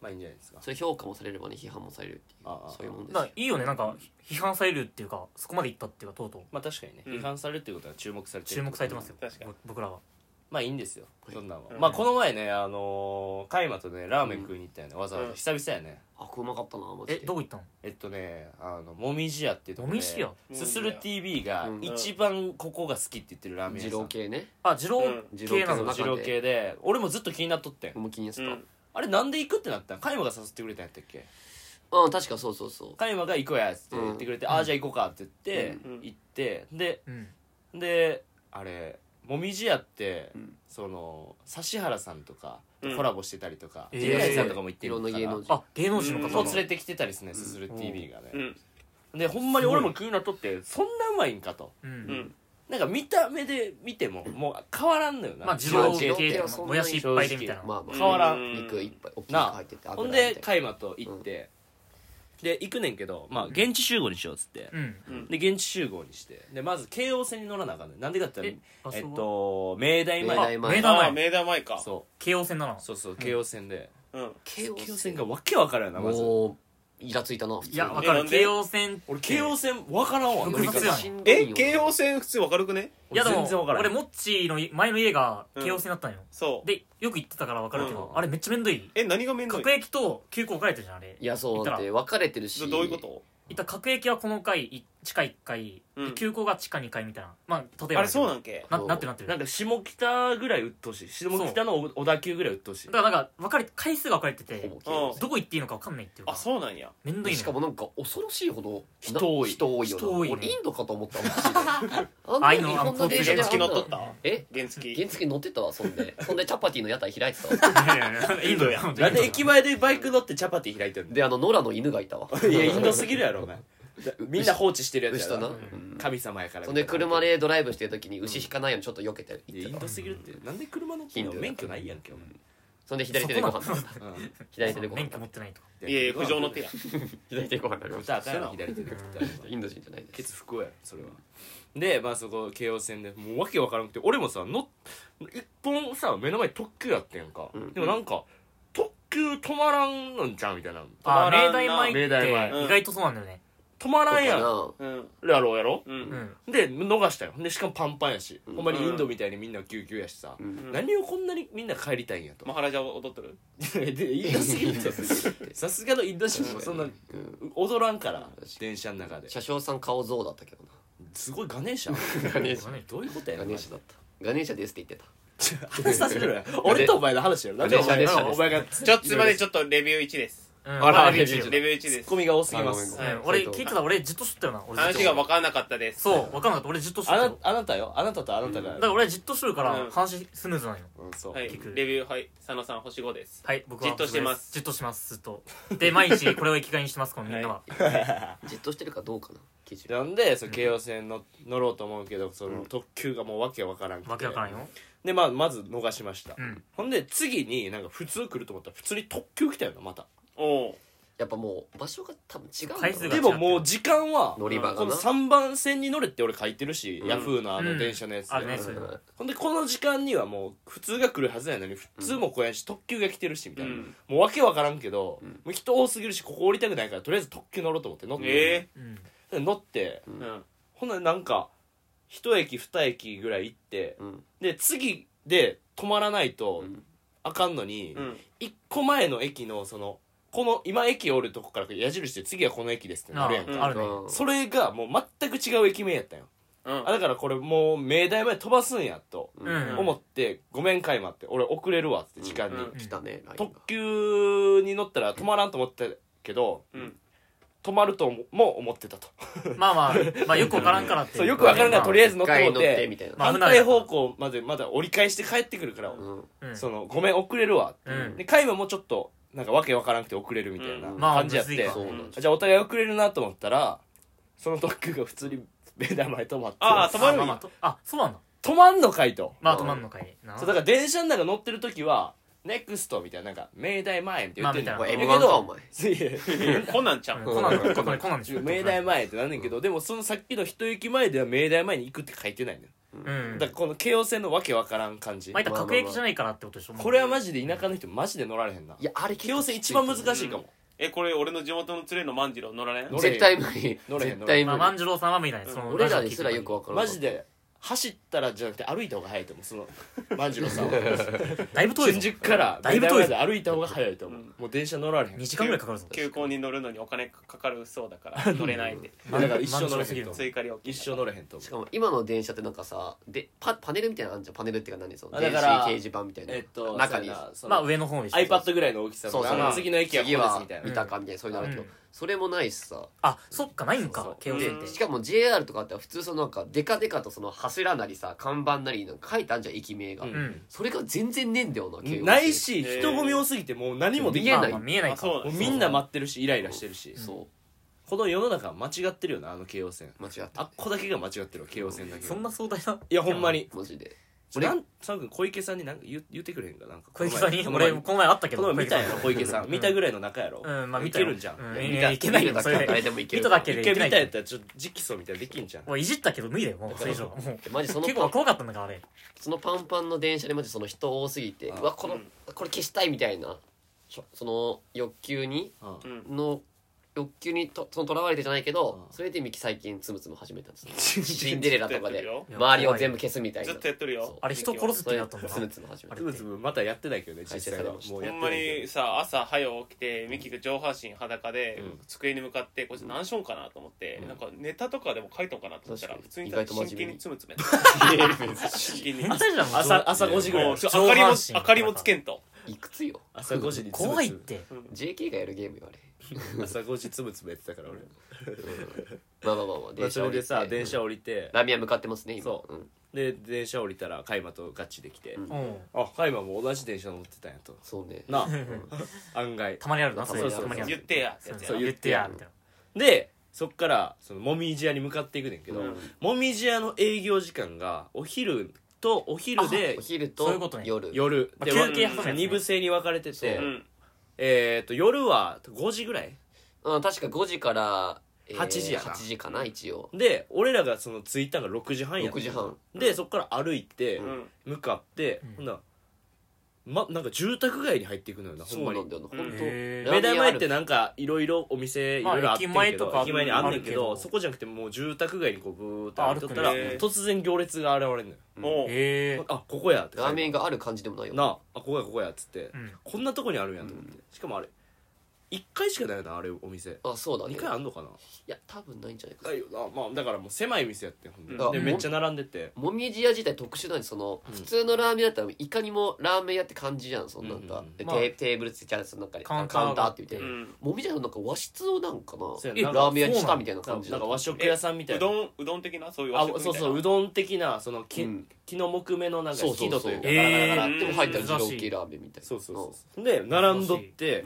Speaker 1: まあいいんじゃないですか
Speaker 2: それ評価もされればね批判もされるっていう
Speaker 1: ああ
Speaker 2: そういうもんです
Speaker 3: だ
Speaker 2: よ
Speaker 3: からいいよねなんか批判されるっていうかそこまでいったっていうかとうとう
Speaker 1: まあ確かにね、
Speaker 4: うん
Speaker 1: 批判されるっていうことは注目されて
Speaker 3: 注目されてますよ
Speaker 4: 確かに
Speaker 3: ぼ僕らは
Speaker 1: まあいいんですよそんなんは、
Speaker 4: うん
Speaker 1: まあこの前ねあのー、カイマとねラーメン食いに行ったよね、わざわ
Speaker 4: うん
Speaker 1: ざ久々やね
Speaker 2: あこれうまかったなマジ
Speaker 3: え
Speaker 2: で
Speaker 3: どこ行ったの
Speaker 1: えっとねあのもみじ屋っていうとこ
Speaker 3: もみじ屋
Speaker 1: すする TV が
Speaker 2: うん
Speaker 1: 一番ここが好きって言ってるラーメン
Speaker 2: 二
Speaker 1: 屋さん、
Speaker 2: 郎系ね
Speaker 3: あ二郎
Speaker 2: 二
Speaker 3: 系
Speaker 2: 郎系
Speaker 3: な
Speaker 2: の
Speaker 3: の
Speaker 2: 中
Speaker 1: 二郎
Speaker 2: で
Speaker 1: 系で俺もずっと気になっとってん
Speaker 2: 向きにやつ
Speaker 4: う
Speaker 2: か
Speaker 4: ん
Speaker 1: あれなんで行くってなったんカイマが誘ってくれたんやったっけ
Speaker 2: うん確かそうそうそう
Speaker 1: カイマが行こうやっつって言ってくれて、
Speaker 3: うん
Speaker 1: ああじゃあ行こうかって言って、
Speaker 4: うんうん
Speaker 1: 行ってで
Speaker 3: うん
Speaker 1: であれもみじ屋って、
Speaker 2: うん
Speaker 1: その指原さんとか
Speaker 4: うん
Speaker 1: とコラボしてたりとか、
Speaker 3: え
Speaker 1: ジ
Speaker 3: ー
Speaker 1: ェイさんとかも行って
Speaker 2: い
Speaker 1: る
Speaker 2: ろん
Speaker 1: から
Speaker 2: な芸能人
Speaker 3: あ芸能人の
Speaker 1: そ
Speaker 3: 方
Speaker 1: う
Speaker 3: が
Speaker 1: 連れてきてたりですねすする TV がね、
Speaker 4: うん
Speaker 1: でほんまに俺も気になっとってそんなうまいんかと
Speaker 3: う
Speaker 4: うんん
Speaker 1: なんか見た目で見てももう変わらんのよな、
Speaker 3: まあ二郎
Speaker 2: 二郎系
Speaker 3: 系と
Speaker 2: は
Speaker 3: か
Speaker 2: そんなに
Speaker 3: もやしいっぱいでみたいな
Speaker 2: まあまあ
Speaker 1: 変わら
Speaker 4: うん
Speaker 2: 肉いっぱい大きい
Speaker 1: な
Speaker 2: の
Speaker 1: あ
Speaker 2: 入ってて
Speaker 1: ほん
Speaker 2: 油み
Speaker 1: で
Speaker 2: たい
Speaker 1: カイマと行って、で行くねんけど、まあ、現地集合にしようっつって、
Speaker 3: うん
Speaker 4: うん
Speaker 1: で現地集合にしてでまず京王線に乗らなあかんねんなんでかって言
Speaker 3: え
Speaker 1: った
Speaker 3: あ
Speaker 1: らえっ
Speaker 3: そう
Speaker 1: と明大前
Speaker 2: 明
Speaker 3: あ
Speaker 2: 大前
Speaker 3: 明
Speaker 4: ああ
Speaker 3: 大前
Speaker 4: 明大前か
Speaker 1: そう
Speaker 3: 京王線だなの
Speaker 1: そうそう京王線で、
Speaker 4: うん
Speaker 2: 京
Speaker 1: 京王線がわけわからんなまず
Speaker 2: もうイラついたな普通
Speaker 3: い
Speaker 2: に
Speaker 3: やわ
Speaker 4: え
Speaker 3: か
Speaker 4: な
Speaker 3: る
Speaker 4: んで
Speaker 3: 京王線
Speaker 1: 俺京王線わからんわ乗
Speaker 3: え
Speaker 2: 乗り
Speaker 1: り方
Speaker 2: 方
Speaker 3: 複雑やん
Speaker 2: しんどいよ
Speaker 4: え京王線普通わかるくね
Speaker 3: いやで
Speaker 1: 俺全然
Speaker 3: も
Speaker 1: わからん
Speaker 3: 俺モッチーの前の家が
Speaker 4: うん
Speaker 3: 京王線だったのよ
Speaker 4: そう
Speaker 3: でよく行ってたからわかるけど
Speaker 1: うん
Speaker 3: あれめっちゃ面倒い
Speaker 4: え何が面倒い
Speaker 3: 各駅と急行分かれてるじゃんあれ
Speaker 2: いやそうだって別れてるし
Speaker 4: どどういうこと
Speaker 3: いった各駅はこの階い地下1階、
Speaker 4: うん
Speaker 3: で急行が地下2階みたいなまあ例えば
Speaker 4: あれそうなんけ
Speaker 3: ななってるなってる
Speaker 1: なんか下北ぐらい鬱陶しい下北の小田急ぐらい鬱陶しい
Speaker 3: だからなんか分かれ回数が分かれて
Speaker 2: ほ
Speaker 3: て
Speaker 2: ぼ京王線
Speaker 3: どこ行っていいのか分かんないっていうか
Speaker 4: あそうなんや
Speaker 3: めんどい
Speaker 2: しか
Speaker 3: の
Speaker 2: もなんか恐ろしいほどな
Speaker 1: 人多い
Speaker 2: 人多いよな
Speaker 3: 人多いね
Speaker 2: 俺インドかと思ったもんあんな日本の電車
Speaker 3: いや
Speaker 2: で
Speaker 4: 原付乗っとっ
Speaker 2: あんな
Speaker 4: た
Speaker 2: え
Speaker 4: 原付
Speaker 2: 原付乗ってたわそんでそんでチャパティの屋台開いてた わ
Speaker 3: いやいやいや
Speaker 4: インドや
Speaker 3: 本当
Speaker 1: な
Speaker 3: に
Speaker 1: んで駅前でバイク乗ってチャパティ開いてんの
Speaker 2: であの野良の犬がいたわ
Speaker 1: いやインドすぎるやろお前みんな放置してるや
Speaker 2: 牛
Speaker 1: つ
Speaker 2: と
Speaker 1: や
Speaker 2: な、
Speaker 1: ろ
Speaker 2: うん
Speaker 1: 神様やから
Speaker 2: そんで車でドライブしてる時に牛引かないようにちょっと避けて
Speaker 1: いやイ
Speaker 2: 行って
Speaker 1: ン
Speaker 2: た
Speaker 1: ド
Speaker 2: わ
Speaker 1: すぎるってなんで車乗ってんの免許ないやんけお
Speaker 2: そんで左手でご飯
Speaker 3: そこな
Speaker 1: 前
Speaker 3: の
Speaker 1: うん
Speaker 2: 左手でご飯
Speaker 3: 免許持ってないとか
Speaker 4: いやいや不条の手や
Speaker 2: 左手でご飯食べまし
Speaker 1: 歌あ
Speaker 2: た
Speaker 1: かんやろ左手で食ったら
Speaker 2: インド人じゃないで
Speaker 1: ケ
Speaker 2: す
Speaker 1: ツ不幸やろそれはでまあそこ京王線でもうわけわからなくて俺もさ乗っ一本さ目の前に特急やってんか、
Speaker 2: うん
Speaker 1: でもなんか特急止まらんのんちゃうみたいな
Speaker 3: あ
Speaker 4: 止まら
Speaker 3: 明
Speaker 4: んな
Speaker 3: 大前
Speaker 1: 明大前
Speaker 3: って意外とそうなんだよね
Speaker 1: 止ま
Speaker 2: そ
Speaker 1: らんやん
Speaker 2: う
Speaker 4: うん
Speaker 1: やろうやろ
Speaker 4: う
Speaker 3: うんん
Speaker 1: で逃したよでしかもパンパンやし、
Speaker 2: うん
Speaker 1: ほんまにインドみたいにみんな救急やしさ、
Speaker 2: かなうん
Speaker 4: うん
Speaker 1: 何をこんなにみんな帰りたいんやと、
Speaker 4: マハラジャ踊っとる
Speaker 1: でインドすぎるとさすがのインド人もそんな
Speaker 2: うん
Speaker 1: 踊らんから
Speaker 2: 確かに
Speaker 1: 電車の中で
Speaker 2: 車掌さん顔像だったけどな
Speaker 1: すごいガネー シャ
Speaker 2: ガネーシ
Speaker 3: ャ
Speaker 1: どういうことや
Speaker 2: ガ
Speaker 1: ねん
Speaker 2: ネーシャだったガネーシャですって言ってた
Speaker 1: 話させるな 俺とお前の話やろなんでお
Speaker 2: ガネ
Speaker 1: 前
Speaker 2: ーシャ
Speaker 1: お前がツ
Speaker 4: ちょっとすいませんちょっとレビュー1です
Speaker 3: うん
Speaker 2: あら
Speaker 3: 俺レビュー
Speaker 4: レ
Speaker 3: 中
Speaker 4: ビュー1
Speaker 1: ッ
Speaker 4: で
Speaker 1: コ
Speaker 4: す
Speaker 1: ミが多すぎま
Speaker 2: あ
Speaker 1: す
Speaker 2: ご
Speaker 3: うん
Speaker 2: ご
Speaker 3: 俺聞いてた俺じっとしとったよな俺
Speaker 4: 話が分からなかったです
Speaker 3: そう分かんなかった俺じっとしとっ
Speaker 1: あな
Speaker 3: たよ
Speaker 1: あなたよあなたとあなたが
Speaker 3: だから俺じっとしとるか
Speaker 4: うん
Speaker 3: ら話スムーズなんよ
Speaker 1: うんそう
Speaker 4: はい
Speaker 3: 聞く
Speaker 4: レビューはい佐野さん星5です
Speaker 3: はい僕は
Speaker 4: じっとしてます
Speaker 3: じっとしますずっとで毎日これを生きがいにしてますこのみんなは
Speaker 2: じっとしてるかどうかな基準
Speaker 1: なんでその京王線の乗ろうと思うけどその特急がもうわけわからんくて
Speaker 3: わけわからんよ
Speaker 1: でまあまず逃しました
Speaker 3: うん
Speaker 1: ほんで次になんか普通来ると思ったら普通に特急来たよなまた
Speaker 4: おう
Speaker 2: やっぱもう場所が多分違うんだろう
Speaker 3: 回数が
Speaker 1: でももう時間は
Speaker 2: 乗り場
Speaker 1: こ
Speaker 2: が
Speaker 1: の
Speaker 2: な
Speaker 1: 3番線に乗れって俺書いてるし、
Speaker 2: うん
Speaker 1: ヤフーのあ
Speaker 3: う
Speaker 1: の
Speaker 3: ん
Speaker 1: 電車のやつで、
Speaker 3: あるね
Speaker 2: う
Speaker 3: そ
Speaker 2: ん
Speaker 3: れ
Speaker 1: ほんでこの時間にはもう普通が来るはずやのに普通も来やんし特急が来てるしみたいな、
Speaker 4: うん
Speaker 1: もうわけわからんけど、
Speaker 2: うん
Speaker 1: もう人多すぎるしここ降りたくないからとりあえず特急乗ろうと思って乗って、
Speaker 4: え
Speaker 3: うん
Speaker 1: で乗って
Speaker 4: えうん
Speaker 1: ほんならなんか一駅二駅ぐらい行って
Speaker 2: うん
Speaker 1: で次で止まらないうと
Speaker 2: ん
Speaker 1: あかんのに、
Speaker 4: うん
Speaker 1: 一個前の駅のそのこの今駅おるとこから矢印で次はこの駅ですって
Speaker 3: あ
Speaker 1: なるやんか、
Speaker 3: あるね
Speaker 2: うん
Speaker 1: それがもう全く違う駅名やったんよ
Speaker 4: うん
Speaker 1: あだからこれもう明大まで飛ばすんやと
Speaker 3: うん
Speaker 1: 思って「ごめんかいま」って俺遅れるわって時間に、
Speaker 4: うん
Speaker 2: 来たねラインが
Speaker 1: 特急に乗ったら止まらんと思ってたけど
Speaker 4: うん
Speaker 1: 止まるとも思ってたと
Speaker 3: まあまあまあよくわからんからって
Speaker 1: そうよくわからんからとりあえず乗っても
Speaker 2: 一回
Speaker 1: う
Speaker 2: 乗ってみ
Speaker 1: て
Speaker 2: たいな
Speaker 3: まあ
Speaker 1: 反対方向までまだ折り返して帰ってくるから、
Speaker 2: うん
Speaker 3: うん
Speaker 1: その「ごめん遅れるわ」って、
Speaker 3: うん
Speaker 1: でカイマもちょっとなんかわけわからなくて遅れるみたいな
Speaker 4: うん
Speaker 3: まあ
Speaker 1: 感じやって、
Speaker 3: むずいか
Speaker 2: そうなん
Speaker 1: じゃあお互い遅れるなと思ったらその特急が普通に明大まで止まって
Speaker 4: あー止まるんや
Speaker 3: あまあまああそうなんだ
Speaker 1: 止まんのかいと
Speaker 3: まあ止まんのかいな
Speaker 1: そうだから電車の中乗ってる時は「ネクストみたいななんか「明大前」って言ってんの
Speaker 3: まあみ
Speaker 1: や
Speaker 2: た
Speaker 1: け
Speaker 2: いな
Speaker 1: ど
Speaker 2: お前
Speaker 4: コナンちゃ
Speaker 3: うん
Speaker 4: ん
Speaker 3: コナンのコナンコナンでしょ
Speaker 1: 明大前ってなんねんけど、でもそのさっきの一駅前では明大前に行くって書いてないのよ、
Speaker 3: うん
Speaker 1: だからこの京王線のわけわからん感じ
Speaker 3: まあ、いったら各駅じゃないからってことでしょ
Speaker 1: これはマ
Speaker 3: ジ
Speaker 1: ジで田舎の人マジで乗られへんない
Speaker 2: やあれ結
Speaker 1: 京
Speaker 2: 構
Speaker 1: 王
Speaker 2: きつ
Speaker 1: 線
Speaker 2: い
Speaker 1: 一番難しいかも
Speaker 4: えこれ俺の地元の連れの万次郎乗られん
Speaker 1: 乗れ
Speaker 2: 絶対無理
Speaker 1: 乗れへん
Speaker 2: 絶対
Speaker 3: まあ
Speaker 2: 無
Speaker 3: 万
Speaker 2: 理
Speaker 3: 次郎さんは見ないその
Speaker 2: 俺らですらよく
Speaker 3: ラ
Speaker 2: わからん
Speaker 1: マジで走ったらじゃなくて歩いた方が早いと思うその万次郎さんは
Speaker 3: ジオ聞いてただいぶ遠い
Speaker 1: 新
Speaker 3: ぞ
Speaker 1: 宿から
Speaker 3: だいぶ遠い
Speaker 1: 目
Speaker 3: ぞ
Speaker 1: 玉まで歩いた方が早いと思う、
Speaker 4: うん
Speaker 1: もう電車乗られへん
Speaker 3: 2時間ぐらいかかるぞ
Speaker 4: 急行に乗るのにお金かかるそうだから乗れないんで
Speaker 1: だから一生乗
Speaker 3: 万
Speaker 1: れ
Speaker 3: 次郎す
Speaker 1: へんと思う
Speaker 3: ぎるの
Speaker 4: 追加料金
Speaker 1: 一生乗れへんと思
Speaker 2: し
Speaker 1: う
Speaker 2: かも今の電車ってなんかさでパパネルみたいなのあんじゃんパネルっていうか何その
Speaker 1: あだ
Speaker 2: 電子
Speaker 1: か
Speaker 2: 掲
Speaker 1: ら
Speaker 2: 示板みたいな、
Speaker 1: えっと
Speaker 2: 中に
Speaker 1: そうやなその
Speaker 3: まあ上の方でしょ
Speaker 1: iPad ぐらいの大きさ
Speaker 2: そう
Speaker 1: の
Speaker 2: そう
Speaker 1: あの次の駅はここ
Speaker 2: 次
Speaker 1: です
Speaker 2: は
Speaker 1: みたい
Speaker 3: うん
Speaker 1: な
Speaker 2: 三鷹みたいなそういうのあるけど、
Speaker 3: うん
Speaker 2: それもないしさ
Speaker 3: あそっかないん
Speaker 1: そう
Speaker 3: か
Speaker 1: そう
Speaker 3: 京王線っ
Speaker 4: う
Speaker 3: て
Speaker 4: ん
Speaker 2: しかも JR とかって普通そのなんかデカデカとその柱なりさ看板なりなんか書いてあんじゃん駅名が、
Speaker 1: うん
Speaker 3: うん
Speaker 2: それが全然ねえんだよな京王線
Speaker 1: ないし
Speaker 4: えー
Speaker 1: 人混み多すぎてもう何もでき
Speaker 2: 見えない
Speaker 3: まあまあ見えない
Speaker 4: あそう
Speaker 3: か
Speaker 1: も
Speaker 4: な
Speaker 1: うん
Speaker 4: だ
Speaker 1: みんな待ってるしイライラしてるし
Speaker 2: そ
Speaker 1: この世の中は間違ってるよなあの京王線
Speaker 2: う間違った
Speaker 1: あっこだけが間違ってるわ京王線だけ
Speaker 3: そ
Speaker 1: は
Speaker 3: んな壮大ない
Speaker 1: やほんまに
Speaker 2: マジで
Speaker 1: 俺なん佐野君小池さんになんか言う言ってくれへんかなんか
Speaker 3: 小池さんに
Speaker 1: この前
Speaker 3: 俺この前会ったけ
Speaker 1: こ
Speaker 3: ど
Speaker 1: の前見たやろ
Speaker 3: 小
Speaker 1: 小
Speaker 3: 池
Speaker 1: 池さん見たぐらいの中やろ
Speaker 3: さんうんまあ見
Speaker 1: い
Speaker 3: た
Speaker 1: け
Speaker 3: よ
Speaker 1: るんじゃん
Speaker 3: う
Speaker 2: いや
Speaker 3: い
Speaker 2: 見
Speaker 3: や
Speaker 2: た
Speaker 3: いけない
Speaker 2: 見
Speaker 3: よ
Speaker 2: た
Speaker 3: それ
Speaker 2: 誰でもいけ
Speaker 3: 見
Speaker 2: る
Speaker 3: ただけ
Speaker 1: 一
Speaker 3: でい
Speaker 1: 回見
Speaker 3: けない
Speaker 1: たやったらちょっと直訴みたいなできんじゃん
Speaker 3: もういじったけど無理だよもうそれ以上はもう
Speaker 2: マジその
Speaker 3: 結構怖かったんだからあれ
Speaker 2: そのパンパンの電車でマジその人多すぎて
Speaker 1: あ
Speaker 2: うわこの、
Speaker 4: うん
Speaker 2: これ消したいみたいなしょその欲求に
Speaker 1: うん
Speaker 4: うん
Speaker 2: の欲求にとそのとらわれてじゃないけど、
Speaker 1: うん
Speaker 2: それでミキ最近つむつむ始めたんですよ シンデレラとかで
Speaker 3: いや
Speaker 2: 周りを全部消すみたい
Speaker 4: ず
Speaker 2: な
Speaker 4: っとやってるよ
Speaker 2: そう
Speaker 3: あれ人殺すってなったんだ
Speaker 2: つむつむ始め
Speaker 3: あ
Speaker 2: た
Speaker 3: れ
Speaker 1: つぶつぶまたやってないけどね
Speaker 2: はい
Speaker 1: 実際は
Speaker 2: 実際
Speaker 1: もう
Speaker 4: ほ
Speaker 1: やっ
Speaker 4: ん
Speaker 1: て
Speaker 4: ま
Speaker 1: ないけ
Speaker 4: にさ朝早起きてミキが上半身裸で
Speaker 1: うん
Speaker 4: 机に向かってこいつ何しよんかなと思って
Speaker 1: うん
Speaker 4: なんかネタとかでも書いとんかなと思った
Speaker 2: 確
Speaker 4: ら
Speaker 2: かに
Speaker 4: 普通に
Speaker 2: 意外と真面目に
Speaker 4: 真剣につむつむやってた真剣に
Speaker 3: 変
Speaker 4: もう
Speaker 3: 態じゃんもう
Speaker 1: 朝朝5時ぐらい
Speaker 4: ちょ明かり
Speaker 3: 上
Speaker 4: も
Speaker 3: 半身
Speaker 4: 明かりもつけんと
Speaker 2: いくつよ
Speaker 1: 朝5時につぶつぶ
Speaker 3: 怖いって
Speaker 4: うん
Speaker 2: JK がやるゲームよあれ
Speaker 1: 朝5時つぶつぶやってたから俺
Speaker 2: まあまあまあまあ
Speaker 1: まあそれでさ
Speaker 2: 降りて
Speaker 1: 電車降りて
Speaker 2: ラミア向かってますね今
Speaker 1: そう
Speaker 2: うん
Speaker 1: で電車降りたらカイマとガチで来て
Speaker 2: うん
Speaker 3: うん
Speaker 1: あカイマも同じ電車乗ってたんやと
Speaker 2: そうね
Speaker 1: なあ案外
Speaker 3: たまにあるなそれ
Speaker 1: そうそうそ
Speaker 3: た
Speaker 1: う
Speaker 3: まにあ
Speaker 4: 言っ
Speaker 3: る
Speaker 4: てやってやつや
Speaker 1: そう
Speaker 3: 言
Speaker 1: 言っ
Speaker 3: っ
Speaker 1: てて
Speaker 3: や
Speaker 1: や
Speaker 3: みたいな
Speaker 1: でそっからそのもみじ屋に向かっていくねんけど、
Speaker 4: うん
Speaker 1: もみじ屋の営業時間がお昼とお昼で
Speaker 2: お昼
Speaker 3: そう
Speaker 2: と
Speaker 3: いうことね
Speaker 2: 夜
Speaker 1: 夜
Speaker 3: まあ
Speaker 1: で
Speaker 3: 休憩
Speaker 4: 挟むやつね
Speaker 1: 2部制に分かれて
Speaker 2: そう
Speaker 1: て、
Speaker 4: うん
Speaker 1: えっ、と夜は5時ぐらい
Speaker 2: うん確か5時からえー
Speaker 1: 8時やな
Speaker 2: 8時かな一応
Speaker 1: で俺らがその着いたのが6時半やった
Speaker 2: 6時半
Speaker 1: でそっから歩いて
Speaker 4: うん
Speaker 1: 向かって、
Speaker 3: うん
Speaker 1: ほんならまなんか住宅街に入っていくのよなほ
Speaker 2: そ
Speaker 1: んま
Speaker 2: うな
Speaker 1: に
Speaker 2: んだよな本当
Speaker 4: ほんまに
Speaker 3: へー
Speaker 1: 目玉前ってなんかいろいろお店いろいろあってん
Speaker 3: まあ
Speaker 1: け
Speaker 3: 駅前と
Speaker 1: ど
Speaker 3: か
Speaker 1: 駅前にあんねんけ
Speaker 3: あるけど
Speaker 1: どそこじゃなくてもう住宅街にこうブーって歩いとった
Speaker 3: あ
Speaker 1: ら
Speaker 4: 歩くね
Speaker 1: 突然行列が現れるのよ
Speaker 4: もう
Speaker 3: へえ
Speaker 1: あここやって
Speaker 2: ラーメンがある感じでもないよ
Speaker 1: なああここやここやっつって
Speaker 3: うん
Speaker 1: こんなとこにあるんやと思ってしかもあれ1回しかないよなあれお店
Speaker 2: あそうだね
Speaker 1: 2回あんのかない
Speaker 2: や多分ないんじゃないか
Speaker 1: ないよなまあだからもう狭い店やってんほんで
Speaker 2: あ
Speaker 1: で
Speaker 2: も
Speaker 1: めっちゃ並んでて
Speaker 2: もみじ屋自体特殊なんでその
Speaker 1: うん
Speaker 2: 普通のラーメンだったらいかにもラーメン屋って感じじゃんそんなん
Speaker 1: うん
Speaker 2: だ
Speaker 1: うんうん
Speaker 2: で
Speaker 3: まあ
Speaker 2: テーテーブルついてあるその中に
Speaker 3: カウンターが
Speaker 2: カウンターって言
Speaker 4: う
Speaker 2: って
Speaker 4: ん
Speaker 2: もみじ屋のなんか和室をなんかな
Speaker 1: そう
Speaker 2: え
Speaker 1: やな
Speaker 2: ラーメン屋にしたみたいな感じ
Speaker 1: なんか
Speaker 2: 和
Speaker 1: 和食屋さんみた
Speaker 4: う
Speaker 1: いな
Speaker 4: どんうどん的なそういう
Speaker 1: あ
Speaker 4: 和食みた
Speaker 1: そ
Speaker 4: いうな
Speaker 1: そううどん的なその木
Speaker 2: うん
Speaker 1: 木の木目のなんか
Speaker 2: そうそ
Speaker 1: 木
Speaker 2: うそ
Speaker 1: 戸と
Speaker 2: う
Speaker 1: いうか
Speaker 3: え
Speaker 1: ガラガラ
Speaker 3: ー
Speaker 1: ガラ
Speaker 2: でも入ったら二郎
Speaker 3: 珍し
Speaker 2: 系
Speaker 3: い
Speaker 2: ラーメンみたいな
Speaker 1: そうそうそうそうで並んどって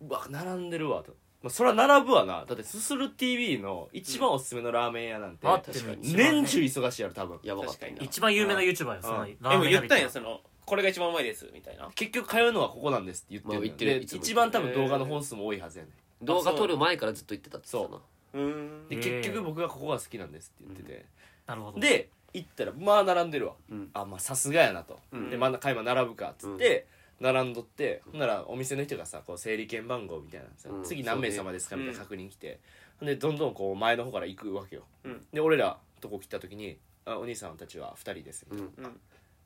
Speaker 1: うわ並んでるわと、まあ、そりゃ並ぶわなだってすする TV の一番おすすめのラーメン屋なんて、
Speaker 3: 待って
Speaker 2: 確かに
Speaker 1: 年中忙しいやろ多分
Speaker 2: んやばかったな
Speaker 3: 一番有名な YouTuber よその
Speaker 1: うん
Speaker 4: でも言ったん
Speaker 3: や
Speaker 4: やそのこれが一番うまいですみたいな
Speaker 1: 結局通うのはここなんですって言ってる,、
Speaker 2: まあ言ってるいつも
Speaker 1: 一番多分動画の本数も多いはずやねん
Speaker 2: 動画撮る前からずっと言ってたって言ってたな
Speaker 4: うーん
Speaker 1: で
Speaker 3: へー
Speaker 1: 結局僕がここが好きなんですって言ってて、
Speaker 3: なるほど
Speaker 1: で行ったらまあ並んでるわ、
Speaker 2: うん
Speaker 1: あまあさすがやなと、
Speaker 2: うん
Speaker 1: でまだ買い並ぶかっつって、並んどってほんならお店の人がさこう整理券番号みたいなさ、
Speaker 2: うん
Speaker 1: 次何名様ですかみたいな確認来て、ほんでどんどんこう前の方から行くわけよ、
Speaker 4: うん
Speaker 1: で俺らとこ来た時に「あお兄さんたちは2人です」
Speaker 2: うん
Speaker 4: うん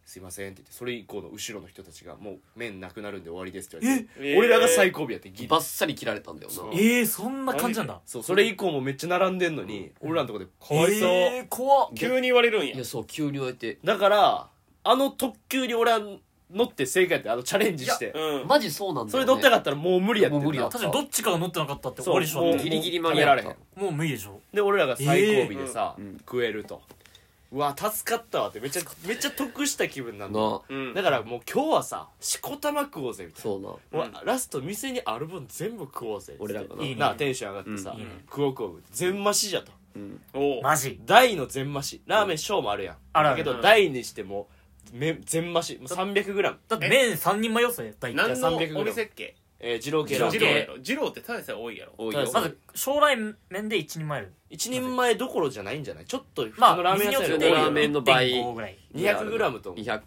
Speaker 1: すいません」って言ってそれ以降の後ろの人たちが「もう麺なくなるんで終わりです」って言われて、
Speaker 4: え
Speaker 1: 俺らが最後尾やってギリ
Speaker 2: バッサリ切られたんだよな
Speaker 1: そう
Speaker 3: ええそんな感じなんだ
Speaker 1: そうそれ以降もめっちゃ並んでんのに、俺らのとこでかわいそう、
Speaker 3: ええ怖っ
Speaker 4: 急に言われるんや
Speaker 2: いやそう急に言われて
Speaker 1: だからあの特急に俺は乗って正解やってあのチャレンジして
Speaker 4: うん
Speaker 2: マジそうなんだ
Speaker 1: それ乗ってな
Speaker 2: ら
Speaker 1: かったらもう無理やってんな
Speaker 2: もう無理や
Speaker 3: 確かにどっちかが乗ってなかったって終
Speaker 1: そう
Speaker 3: わりでしょだっ
Speaker 1: もう
Speaker 3: て
Speaker 2: ギリギリ間
Speaker 1: もう
Speaker 2: に
Speaker 1: 食べら
Speaker 2: 合っ
Speaker 1: れへ
Speaker 2: た
Speaker 1: ん
Speaker 3: もう無理でしょ
Speaker 1: で俺らが最後尾でさ、
Speaker 2: えーうん
Speaker 1: 食えるとうわ助かったわってめっちゃめっちゃ得した気分なんだ
Speaker 2: な
Speaker 4: うん
Speaker 1: だからもう今日はさしこたま食おうぜみたいな
Speaker 2: そうな
Speaker 1: もうラスト店にある分全部食おうぜ
Speaker 2: 俺らが
Speaker 3: いいね
Speaker 1: なあテンション上がってさ、
Speaker 3: うんいいね
Speaker 1: 食おう食おう全増しじゃと
Speaker 2: うん
Speaker 4: おう
Speaker 3: マジ
Speaker 1: 大の全増しラーメン小もあるやん、
Speaker 3: あるあ
Speaker 1: だ
Speaker 3: る
Speaker 1: け
Speaker 4: う
Speaker 1: ど
Speaker 4: ん
Speaker 1: 大にしてもめ全増し 300g
Speaker 3: だって麺3人前よそれ大
Speaker 4: 何
Speaker 3: 体
Speaker 4: の
Speaker 1: 300グラム
Speaker 4: お店っけ
Speaker 1: えー、二郎系
Speaker 4: 二
Speaker 1: ラ
Speaker 4: 郎
Speaker 1: ー
Speaker 3: 二
Speaker 1: メン
Speaker 3: 系
Speaker 4: やろ二郎ってただでさえ多いやろ
Speaker 2: 多いよ
Speaker 3: まず将来面で一人前ある
Speaker 1: 一人前どころじゃないんじゃないちょっと普通
Speaker 3: ま
Speaker 1: の
Speaker 3: あ
Speaker 1: ラーメン屋さんより
Speaker 3: 水に
Speaker 1: 多い
Speaker 2: ラー
Speaker 1: よ
Speaker 2: メンの倍
Speaker 3: 1.5ぐらい
Speaker 1: 2 0 0ムと思う
Speaker 2: 200300あ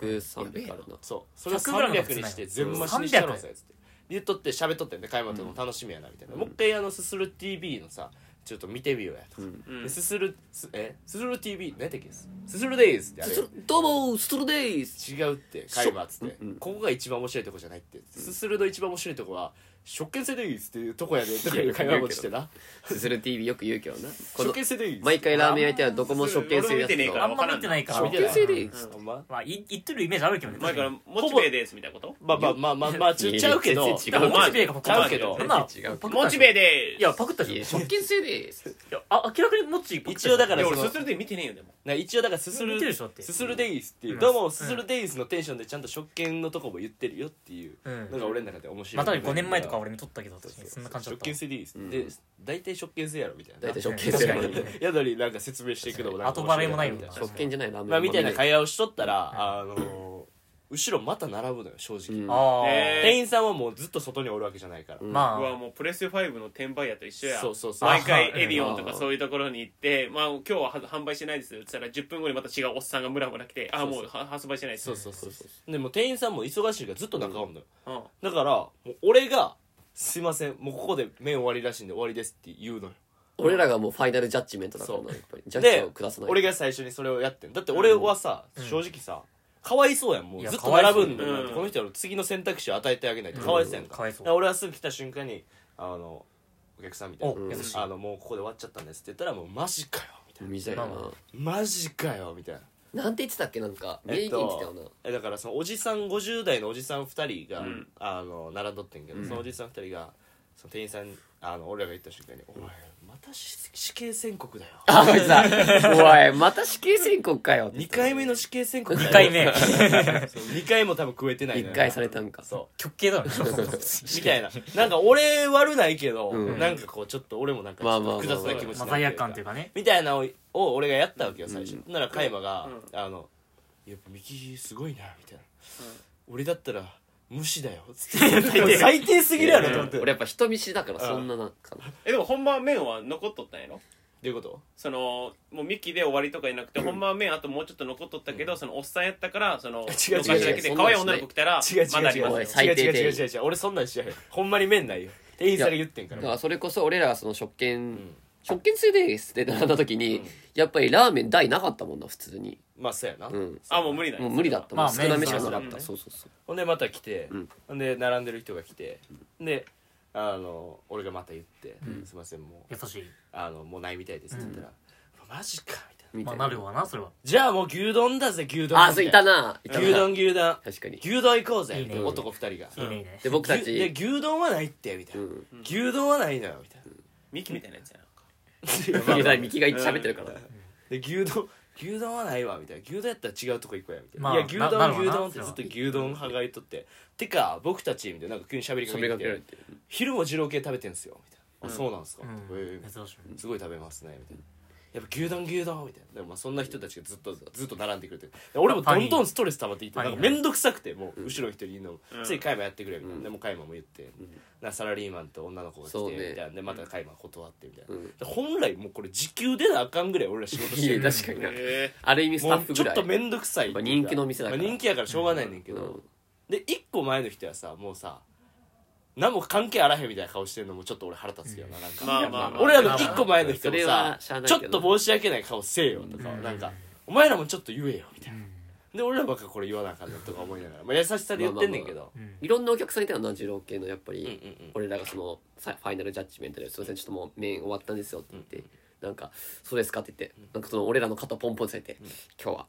Speaker 2: るな
Speaker 1: そうそれを
Speaker 3: 100g が
Speaker 1: 300
Speaker 3: 普通
Speaker 1: に
Speaker 3: なんや
Speaker 1: して全増しにしてやろうぜっつって言っとって喋っとってね買い物とも楽しみやなみたいな、もう一回あのすする TV のさちょっと見てみようやとか、
Speaker 2: うん
Speaker 4: うん
Speaker 1: でススルすえススル TV 何やったっけすすするデイズってあれ
Speaker 2: すどうもストロデイズ
Speaker 1: 違うって海馬っつって、
Speaker 2: うんうん
Speaker 1: ここが一番面白いとこじゃないって、すするの一番面白いとこは食券制でいいっすっていうとこやでとかいう会話もしてな
Speaker 2: すする TV よく言うけどなこ
Speaker 1: 食
Speaker 2: の
Speaker 1: 券制でいいっす
Speaker 2: 毎回ラーメン焼いてはどこも食券制やつ
Speaker 4: 俺も見てねえか
Speaker 2: と
Speaker 4: ら
Speaker 3: あんま見てないから
Speaker 1: あ見てない
Speaker 2: 食券制でいいっす
Speaker 1: うんほんま
Speaker 3: まあい言ってるイメージあるけどね
Speaker 4: 前から
Speaker 3: 確
Speaker 4: モチベイですみたいなこと
Speaker 1: まあまあまあまあまあちちゃうけど
Speaker 2: 全
Speaker 3: かにで
Speaker 2: 然違う
Speaker 3: もモチベがパク
Speaker 1: ちゃうけど
Speaker 3: そんな
Speaker 2: 違う
Speaker 3: パクった
Speaker 4: モチベイで
Speaker 3: いやパクった
Speaker 2: い
Speaker 3: で
Speaker 2: や
Speaker 3: しょい
Speaker 2: 食券制でいいっす
Speaker 3: やあ明らかにモチパクった
Speaker 1: 一応だから
Speaker 4: いや
Speaker 1: そ
Speaker 4: 俺
Speaker 1: の
Speaker 4: ススルで見てねえよでも
Speaker 1: な一応だからすす
Speaker 3: 見てる
Speaker 1: る
Speaker 3: でしょだって
Speaker 1: すするデイズっていう、
Speaker 3: うん
Speaker 1: どうもすするデイズのテンションでちゃんと食券のとこも言ってるよっていう
Speaker 3: うん
Speaker 1: のが俺の中で面白い、
Speaker 3: まあ多分5年前とか俺見とったけど確かにそんな感じだっ
Speaker 1: 食
Speaker 3: たわ
Speaker 1: 券制でいいっす、
Speaker 2: うん
Speaker 1: で大体食券制やろみたいな
Speaker 2: 大体食券
Speaker 3: 確
Speaker 2: 制
Speaker 3: かに
Speaker 1: やのになんか説明していくのもなんか
Speaker 3: 後払いもないよ
Speaker 1: 面白な
Speaker 3: な
Speaker 2: 食券じゃないラーメン
Speaker 1: まあ、みたいな
Speaker 2: 会
Speaker 1: 会話をしとったら、あの後ろまた並ぶのよ正直、
Speaker 2: うん
Speaker 3: ああ、
Speaker 4: ね
Speaker 1: 店員さんはもうずっと外におるわけじゃないから、
Speaker 2: うん
Speaker 3: ま
Speaker 4: うわ
Speaker 3: あ
Speaker 4: もうプレステ5の転売屋と一緒や
Speaker 1: そうそうそう
Speaker 4: 毎回
Speaker 3: あ
Speaker 4: エディオンとかそういうところに行って「まあ、今日はは販売してないです」って言ったら10分後にまた違うおっさんがムラムラ来て「あもうは発売してないです」
Speaker 1: そうそうそうそうでも店員さんも忙しいからずっと中おんのよ、
Speaker 4: うん
Speaker 1: だからもう俺が「すいませんもうここで麺終わりらしいんで終わりです」って言うのよ
Speaker 2: 俺らがもうファイナルジャッジメントだからな
Speaker 1: そう
Speaker 2: やっぱりジャッジ
Speaker 1: で
Speaker 2: を下さない
Speaker 1: 俺が最初にそれをやってんだって俺はさ、
Speaker 3: ん
Speaker 1: 正直さかわいそうやんも
Speaker 3: いうや
Speaker 1: ずっと並ぶんだ
Speaker 4: かわいそう
Speaker 1: よ、
Speaker 4: うん
Speaker 1: この人の次の選択肢を与えてあげないとかわいそうやん
Speaker 3: う
Speaker 1: か,、
Speaker 3: んかわいそう
Speaker 1: 俺はすぐ来た瞬間に「あのお客さん」みたいな
Speaker 3: お優しい
Speaker 1: あの「もうここで終わっちゃったんです」って言ったら「もうマジかよ」みたいな
Speaker 2: みたいな
Speaker 3: ま
Speaker 1: 「マジかよ」みたいな
Speaker 2: ななんて言ってたっけなんか
Speaker 1: え
Speaker 2: 名
Speaker 1: っ
Speaker 2: 言言ってた
Speaker 1: と
Speaker 2: よな
Speaker 1: えだからそのおじさん50代のおじさん2人が、
Speaker 4: ん
Speaker 1: あの並んどってんけど、
Speaker 2: うん
Speaker 1: そのおじさん2人がその店員さんにあの俺らが言った瞬間に「お前またし死刑宣告だよ」
Speaker 2: あこいつだ おいまた死刑宣告かよって言
Speaker 1: 2
Speaker 2: ってた
Speaker 1: 回目の死刑宣告
Speaker 3: 2回目
Speaker 1: 2回も多分食えてないのよ
Speaker 2: 一回されたんか
Speaker 1: そ
Speaker 3: 極刑だろ
Speaker 1: うみたいななんか俺悪ないけど、
Speaker 2: うん
Speaker 1: なんかこうちょっと俺もなんかち
Speaker 2: まあ
Speaker 1: ょっ
Speaker 2: まあま
Speaker 1: と
Speaker 2: あ
Speaker 1: 複雑な気持ち
Speaker 3: まあ
Speaker 1: にな
Speaker 3: 罪
Speaker 1: る
Speaker 3: 悪感というかね
Speaker 1: みたいなのを俺がやったわけよ最初、なら加山が、
Speaker 4: う
Speaker 1: あの「やっぱ右すごいな」みたいな、俺だったら無視だよ」つ って最低すぎるやろと思って、
Speaker 2: 俺やっぱ人見知りだからそんななんかな
Speaker 4: えでも本番麺は残っとったんやろ
Speaker 1: どういうこと
Speaker 4: そのもうミキで終わりとかいなくて、ほんまは麺あともうちょっと残っとったけど、そのおっさんやったからその
Speaker 1: 違う違う違う
Speaker 4: 残しだけで可愛い女の子来たら
Speaker 1: 違う違う違う
Speaker 4: まだあります
Speaker 2: お
Speaker 1: 違う
Speaker 2: い最低
Speaker 1: 違う
Speaker 2: で
Speaker 1: 違う違う違う俺そんなんしやへんほんまに面ないよ店員さんが言ってんか
Speaker 2: だ
Speaker 1: ら
Speaker 2: からそれこそ俺らがその食券
Speaker 1: ん
Speaker 2: 食券制ですって並んだ時にやっぱりラーメン台なかったもんな普通に
Speaker 1: まあそうやな、
Speaker 2: うん
Speaker 4: あもう無理だ
Speaker 2: もう無理だった
Speaker 3: ま
Speaker 2: もん
Speaker 3: あ
Speaker 2: 少なめしかなかっ
Speaker 3: メン
Speaker 2: た
Speaker 4: バー
Speaker 2: そうそうそう
Speaker 1: ほんでまた来て、
Speaker 2: うん
Speaker 1: ほんで並んでる人が来て、であの俺がまた言って「すいませんもう
Speaker 3: 優しい
Speaker 1: あのもうないみたいです」って言ったら「マジか」みたいな
Speaker 2: み
Speaker 3: ま
Speaker 2: た
Speaker 3: あ
Speaker 2: い
Speaker 3: な
Speaker 2: な
Speaker 3: るわなそれは
Speaker 1: じゃあもう牛丼だぜ牛丼
Speaker 2: あそういたないたな
Speaker 1: 牛丼牛丼
Speaker 2: 確かに
Speaker 1: 牛丼行こうぜ
Speaker 3: いいね
Speaker 1: みたいな男2人が
Speaker 3: いいねいいね
Speaker 2: で僕た
Speaker 1: 牛で
Speaker 2: ち
Speaker 1: 牛丼はないってみたいうな、
Speaker 2: ん
Speaker 1: 牛丼はないのよみたい
Speaker 4: ミキみたいなやつやな
Speaker 1: な
Speaker 2: いやミキが喋ってるから
Speaker 1: で牛丼牛丼はないわみたいな牛丼やったら違うとこ行こうやみたいな、
Speaker 3: まあ
Speaker 1: いや牛丼
Speaker 3: ななるわな
Speaker 1: 牛丼ってずっと牛丼はがいとっててか僕たちみたいななんか急に喋りかけ
Speaker 2: 喋り
Speaker 1: て
Speaker 2: か
Speaker 1: き
Speaker 2: けられ
Speaker 1: て
Speaker 2: てる
Speaker 1: 昼も二郎系食べてんすよみたいな、あそうなんすか、
Speaker 3: うん
Speaker 1: ええ
Speaker 3: 珍しい
Speaker 1: すごい食べますねみたいなやっぱ牛丼牛丼みたいなでもまあそんな人たちがずっとずっと並んでくれてで俺もどんどんストレス溜まっていって
Speaker 3: フ
Speaker 1: な
Speaker 3: ァニ
Speaker 1: ん
Speaker 3: ー
Speaker 1: か面倒くさくてもう後ろの人にいるのも
Speaker 4: うん
Speaker 1: つい加山やってくれみたいなでも加山も言ってなサラリーマンと女の子が来て
Speaker 2: そう
Speaker 1: み
Speaker 2: ね
Speaker 1: たいなでまた加山断ってみたいな
Speaker 2: うん
Speaker 1: で本来もうこれ時給でなあかんぐらい俺ら仕事して
Speaker 2: い
Speaker 1: る
Speaker 2: や確かにな
Speaker 4: え
Speaker 2: ある意味スタ
Speaker 1: も
Speaker 2: ッ
Speaker 1: う
Speaker 2: フ
Speaker 1: ち
Speaker 2: ぐ
Speaker 1: ょ
Speaker 2: ら
Speaker 1: っ
Speaker 2: い
Speaker 1: と面倒くさいっていうか
Speaker 2: まあ人気の店だから
Speaker 1: まあ人気やからしょうがないねんけど、
Speaker 2: うん
Speaker 1: で1個前の人はさもうさ何も関係あらへんみたいな顔してんのもちょっと俺腹立つけどななんか、
Speaker 4: まあまあまあ
Speaker 1: 俺らの1個前の人も
Speaker 2: それ
Speaker 1: さ
Speaker 2: はしゃあない
Speaker 1: ちょっ
Speaker 2: けど
Speaker 1: と申し訳ない顔せえよとか、なんかお前らもちょっと言えよみたいな、で俺らばっかこれ言わなあかんなとか思いながら、まあ、優しさで言ってんねんけど、
Speaker 3: うん
Speaker 2: いろんなお客さんいたよな二郎系のやっぱり、
Speaker 1: うんうんうん
Speaker 2: 俺らがそのさファイナルジャッジメントで「すいませんちょっともう麺終わったんですよ」って言って、なんか「そうですか」って言って、なんかその俺らの肩ポンポンされて、今日は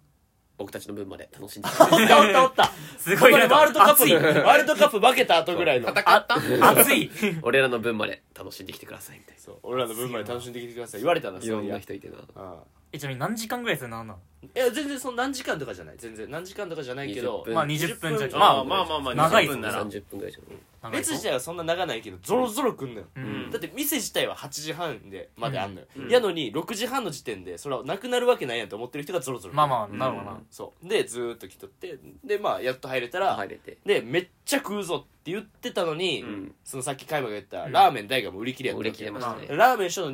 Speaker 2: 僕たちの分まで楽しんで
Speaker 1: おったおったおった
Speaker 3: す
Speaker 1: こ
Speaker 3: ごいな
Speaker 1: れ
Speaker 3: んか
Speaker 1: ワールドカッ
Speaker 3: 熱い
Speaker 1: プワールドカップ負けた後ぐらいの
Speaker 3: 熱い
Speaker 2: 俺らの分まで楽しんできてくださいみたいな
Speaker 1: そう俺らの分まで楽しんできてください言われたないそう
Speaker 2: ろ
Speaker 1: い
Speaker 2: んな
Speaker 1: や
Speaker 2: 人いてな
Speaker 1: ああ
Speaker 3: えちなみに何時間ぐらいそれなんなの
Speaker 1: いや全然その何時間とかじゃない全然何時間とかじゃないけど
Speaker 2: 20分
Speaker 3: まあ20分じゃ
Speaker 1: 20分
Speaker 3: まあ
Speaker 4: まあまあまあ
Speaker 3: 長い
Speaker 4: 20分なら
Speaker 2: 30分ぐらいじゃん
Speaker 3: 長い
Speaker 1: 列
Speaker 3: ぞ
Speaker 1: 自体はそんな長ないけどゾロゾロ来んのよ、
Speaker 3: うん
Speaker 1: だって店自体は8時半でまであんのよ、
Speaker 4: うん
Speaker 1: やのに6時半の時点でそれはなくなるわけないやんと思ってる人がゾロゾロ来る
Speaker 3: まあまあなるほどな
Speaker 1: そうでずーっと来とってでまあやっと入れたら、
Speaker 2: 入れて
Speaker 1: でめっちゃ食うぞって言ってたのに、
Speaker 2: ん
Speaker 1: そのさっき海馬が言った、
Speaker 3: うん
Speaker 1: ラーメン大がもう売り切れやった
Speaker 2: 売り切れましたね
Speaker 1: ラーメン書の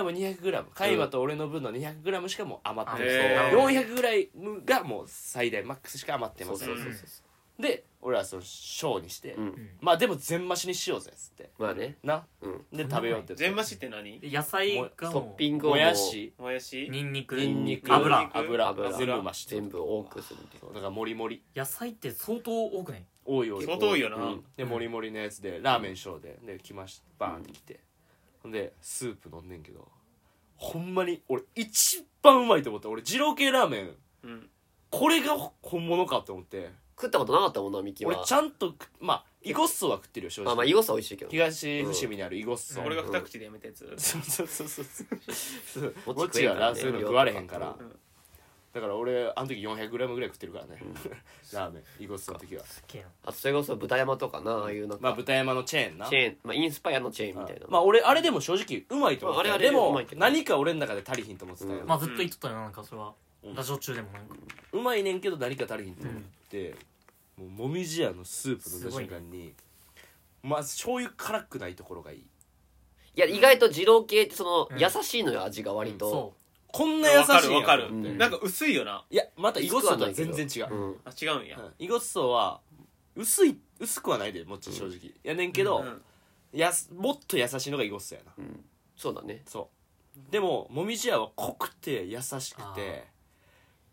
Speaker 1: 200g200g 海馬と俺の分の 200g しかもう余って
Speaker 4: へ
Speaker 1: ない、
Speaker 4: ー
Speaker 1: 4 0 0ムがもう最大マックスしか余ってません
Speaker 2: そうそうそう
Speaker 1: で俺はその小にして、
Speaker 2: うん
Speaker 3: ん
Speaker 1: まあでも全増しにしようぜっつって
Speaker 2: まあね
Speaker 1: な、
Speaker 2: うん
Speaker 1: で食べようって
Speaker 4: 全
Speaker 1: 言っ
Speaker 4: 増しって何
Speaker 3: 野菜が
Speaker 2: トッ
Speaker 3: も
Speaker 2: ピン
Speaker 1: て
Speaker 2: グをも
Speaker 1: も
Speaker 2: う
Speaker 1: やし
Speaker 4: もやし
Speaker 3: うにんにく
Speaker 1: にんにく
Speaker 3: 油
Speaker 1: 油
Speaker 2: 油
Speaker 1: 全部増し
Speaker 2: 全部多くするみたい
Speaker 1: そうだからもりもり
Speaker 3: 野菜って相当多くない
Speaker 1: 多い多い
Speaker 4: 相当多いよな、
Speaker 1: うんでもりもりのやつでラーメンショーでで来ましたバーンって来て、ほんでスープ飲んでんけどほんまに俺一番うまいと思った俺二郎系ラーメン
Speaker 4: うん
Speaker 1: これが本物かと思って
Speaker 2: 食ったことなかったもんなミキ
Speaker 1: 俺
Speaker 2: は
Speaker 1: ちゃんと食まあイゴッソは食ってるよ正
Speaker 2: まあまあ
Speaker 1: 直
Speaker 2: イゴスは美味しいけど
Speaker 1: 東伏見にあるイゴッソ、
Speaker 3: うん
Speaker 4: 俺が二口でやめたやつ
Speaker 1: そうそうそうそうそう
Speaker 2: もち
Speaker 1: もちはなそういうの食われへんから
Speaker 4: うん
Speaker 1: だから俺あの時 400g ぐらい食ってるからね ラーメンイゴッソの時は
Speaker 3: 好きやん
Speaker 2: あとそれこそ豚山とかなああいうなん
Speaker 1: まあ
Speaker 2: か
Speaker 1: 豚山のチェーンな
Speaker 2: チェーンまあインスパイアのチェーンみたいな
Speaker 1: まあ俺あれでも正直うまいと思って
Speaker 2: まああ
Speaker 1: た
Speaker 2: れ
Speaker 1: で
Speaker 2: あれう
Speaker 1: も
Speaker 2: まいけど
Speaker 1: 何か俺の中で足りひんと思ってたよ
Speaker 2: うん
Speaker 3: まあずっと言っとったよななんかそれはラジオ中でもなんか
Speaker 1: うまいねんけど何か足りひんと思ってもうもみじやのスープ飲んだ瞬間にまあ醤油辛くないところがいい
Speaker 2: いや意外と二郎系ってその
Speaker 3: うん
Speaker 2: 優しいのよ味が割と
Speaker 3: そ
Speaker 1: こんな優しい
Speaker 4: わかる
Speaker 1: んや
Speaker 4: わかる、
Speaker 1: と思って
Speaker 2: うん
Speaker 4: なんか薄いよない
Speaker 1: やまたイゴッソとは全然違う、
Speaker 2: うん
Speaker 4: あ違うんや、
Speaker 1: うんイゴッソは薄い薄くはないでもっち正直、やねんけど、
Speaker 4: うん
Speaker 1: やすもっと優しいのがイゴッソやな
Speaker 2: うんそうだね
Speaker 1: そうでももみじやは濃くて優しく
Speaker 3: あ
Speaker 1: て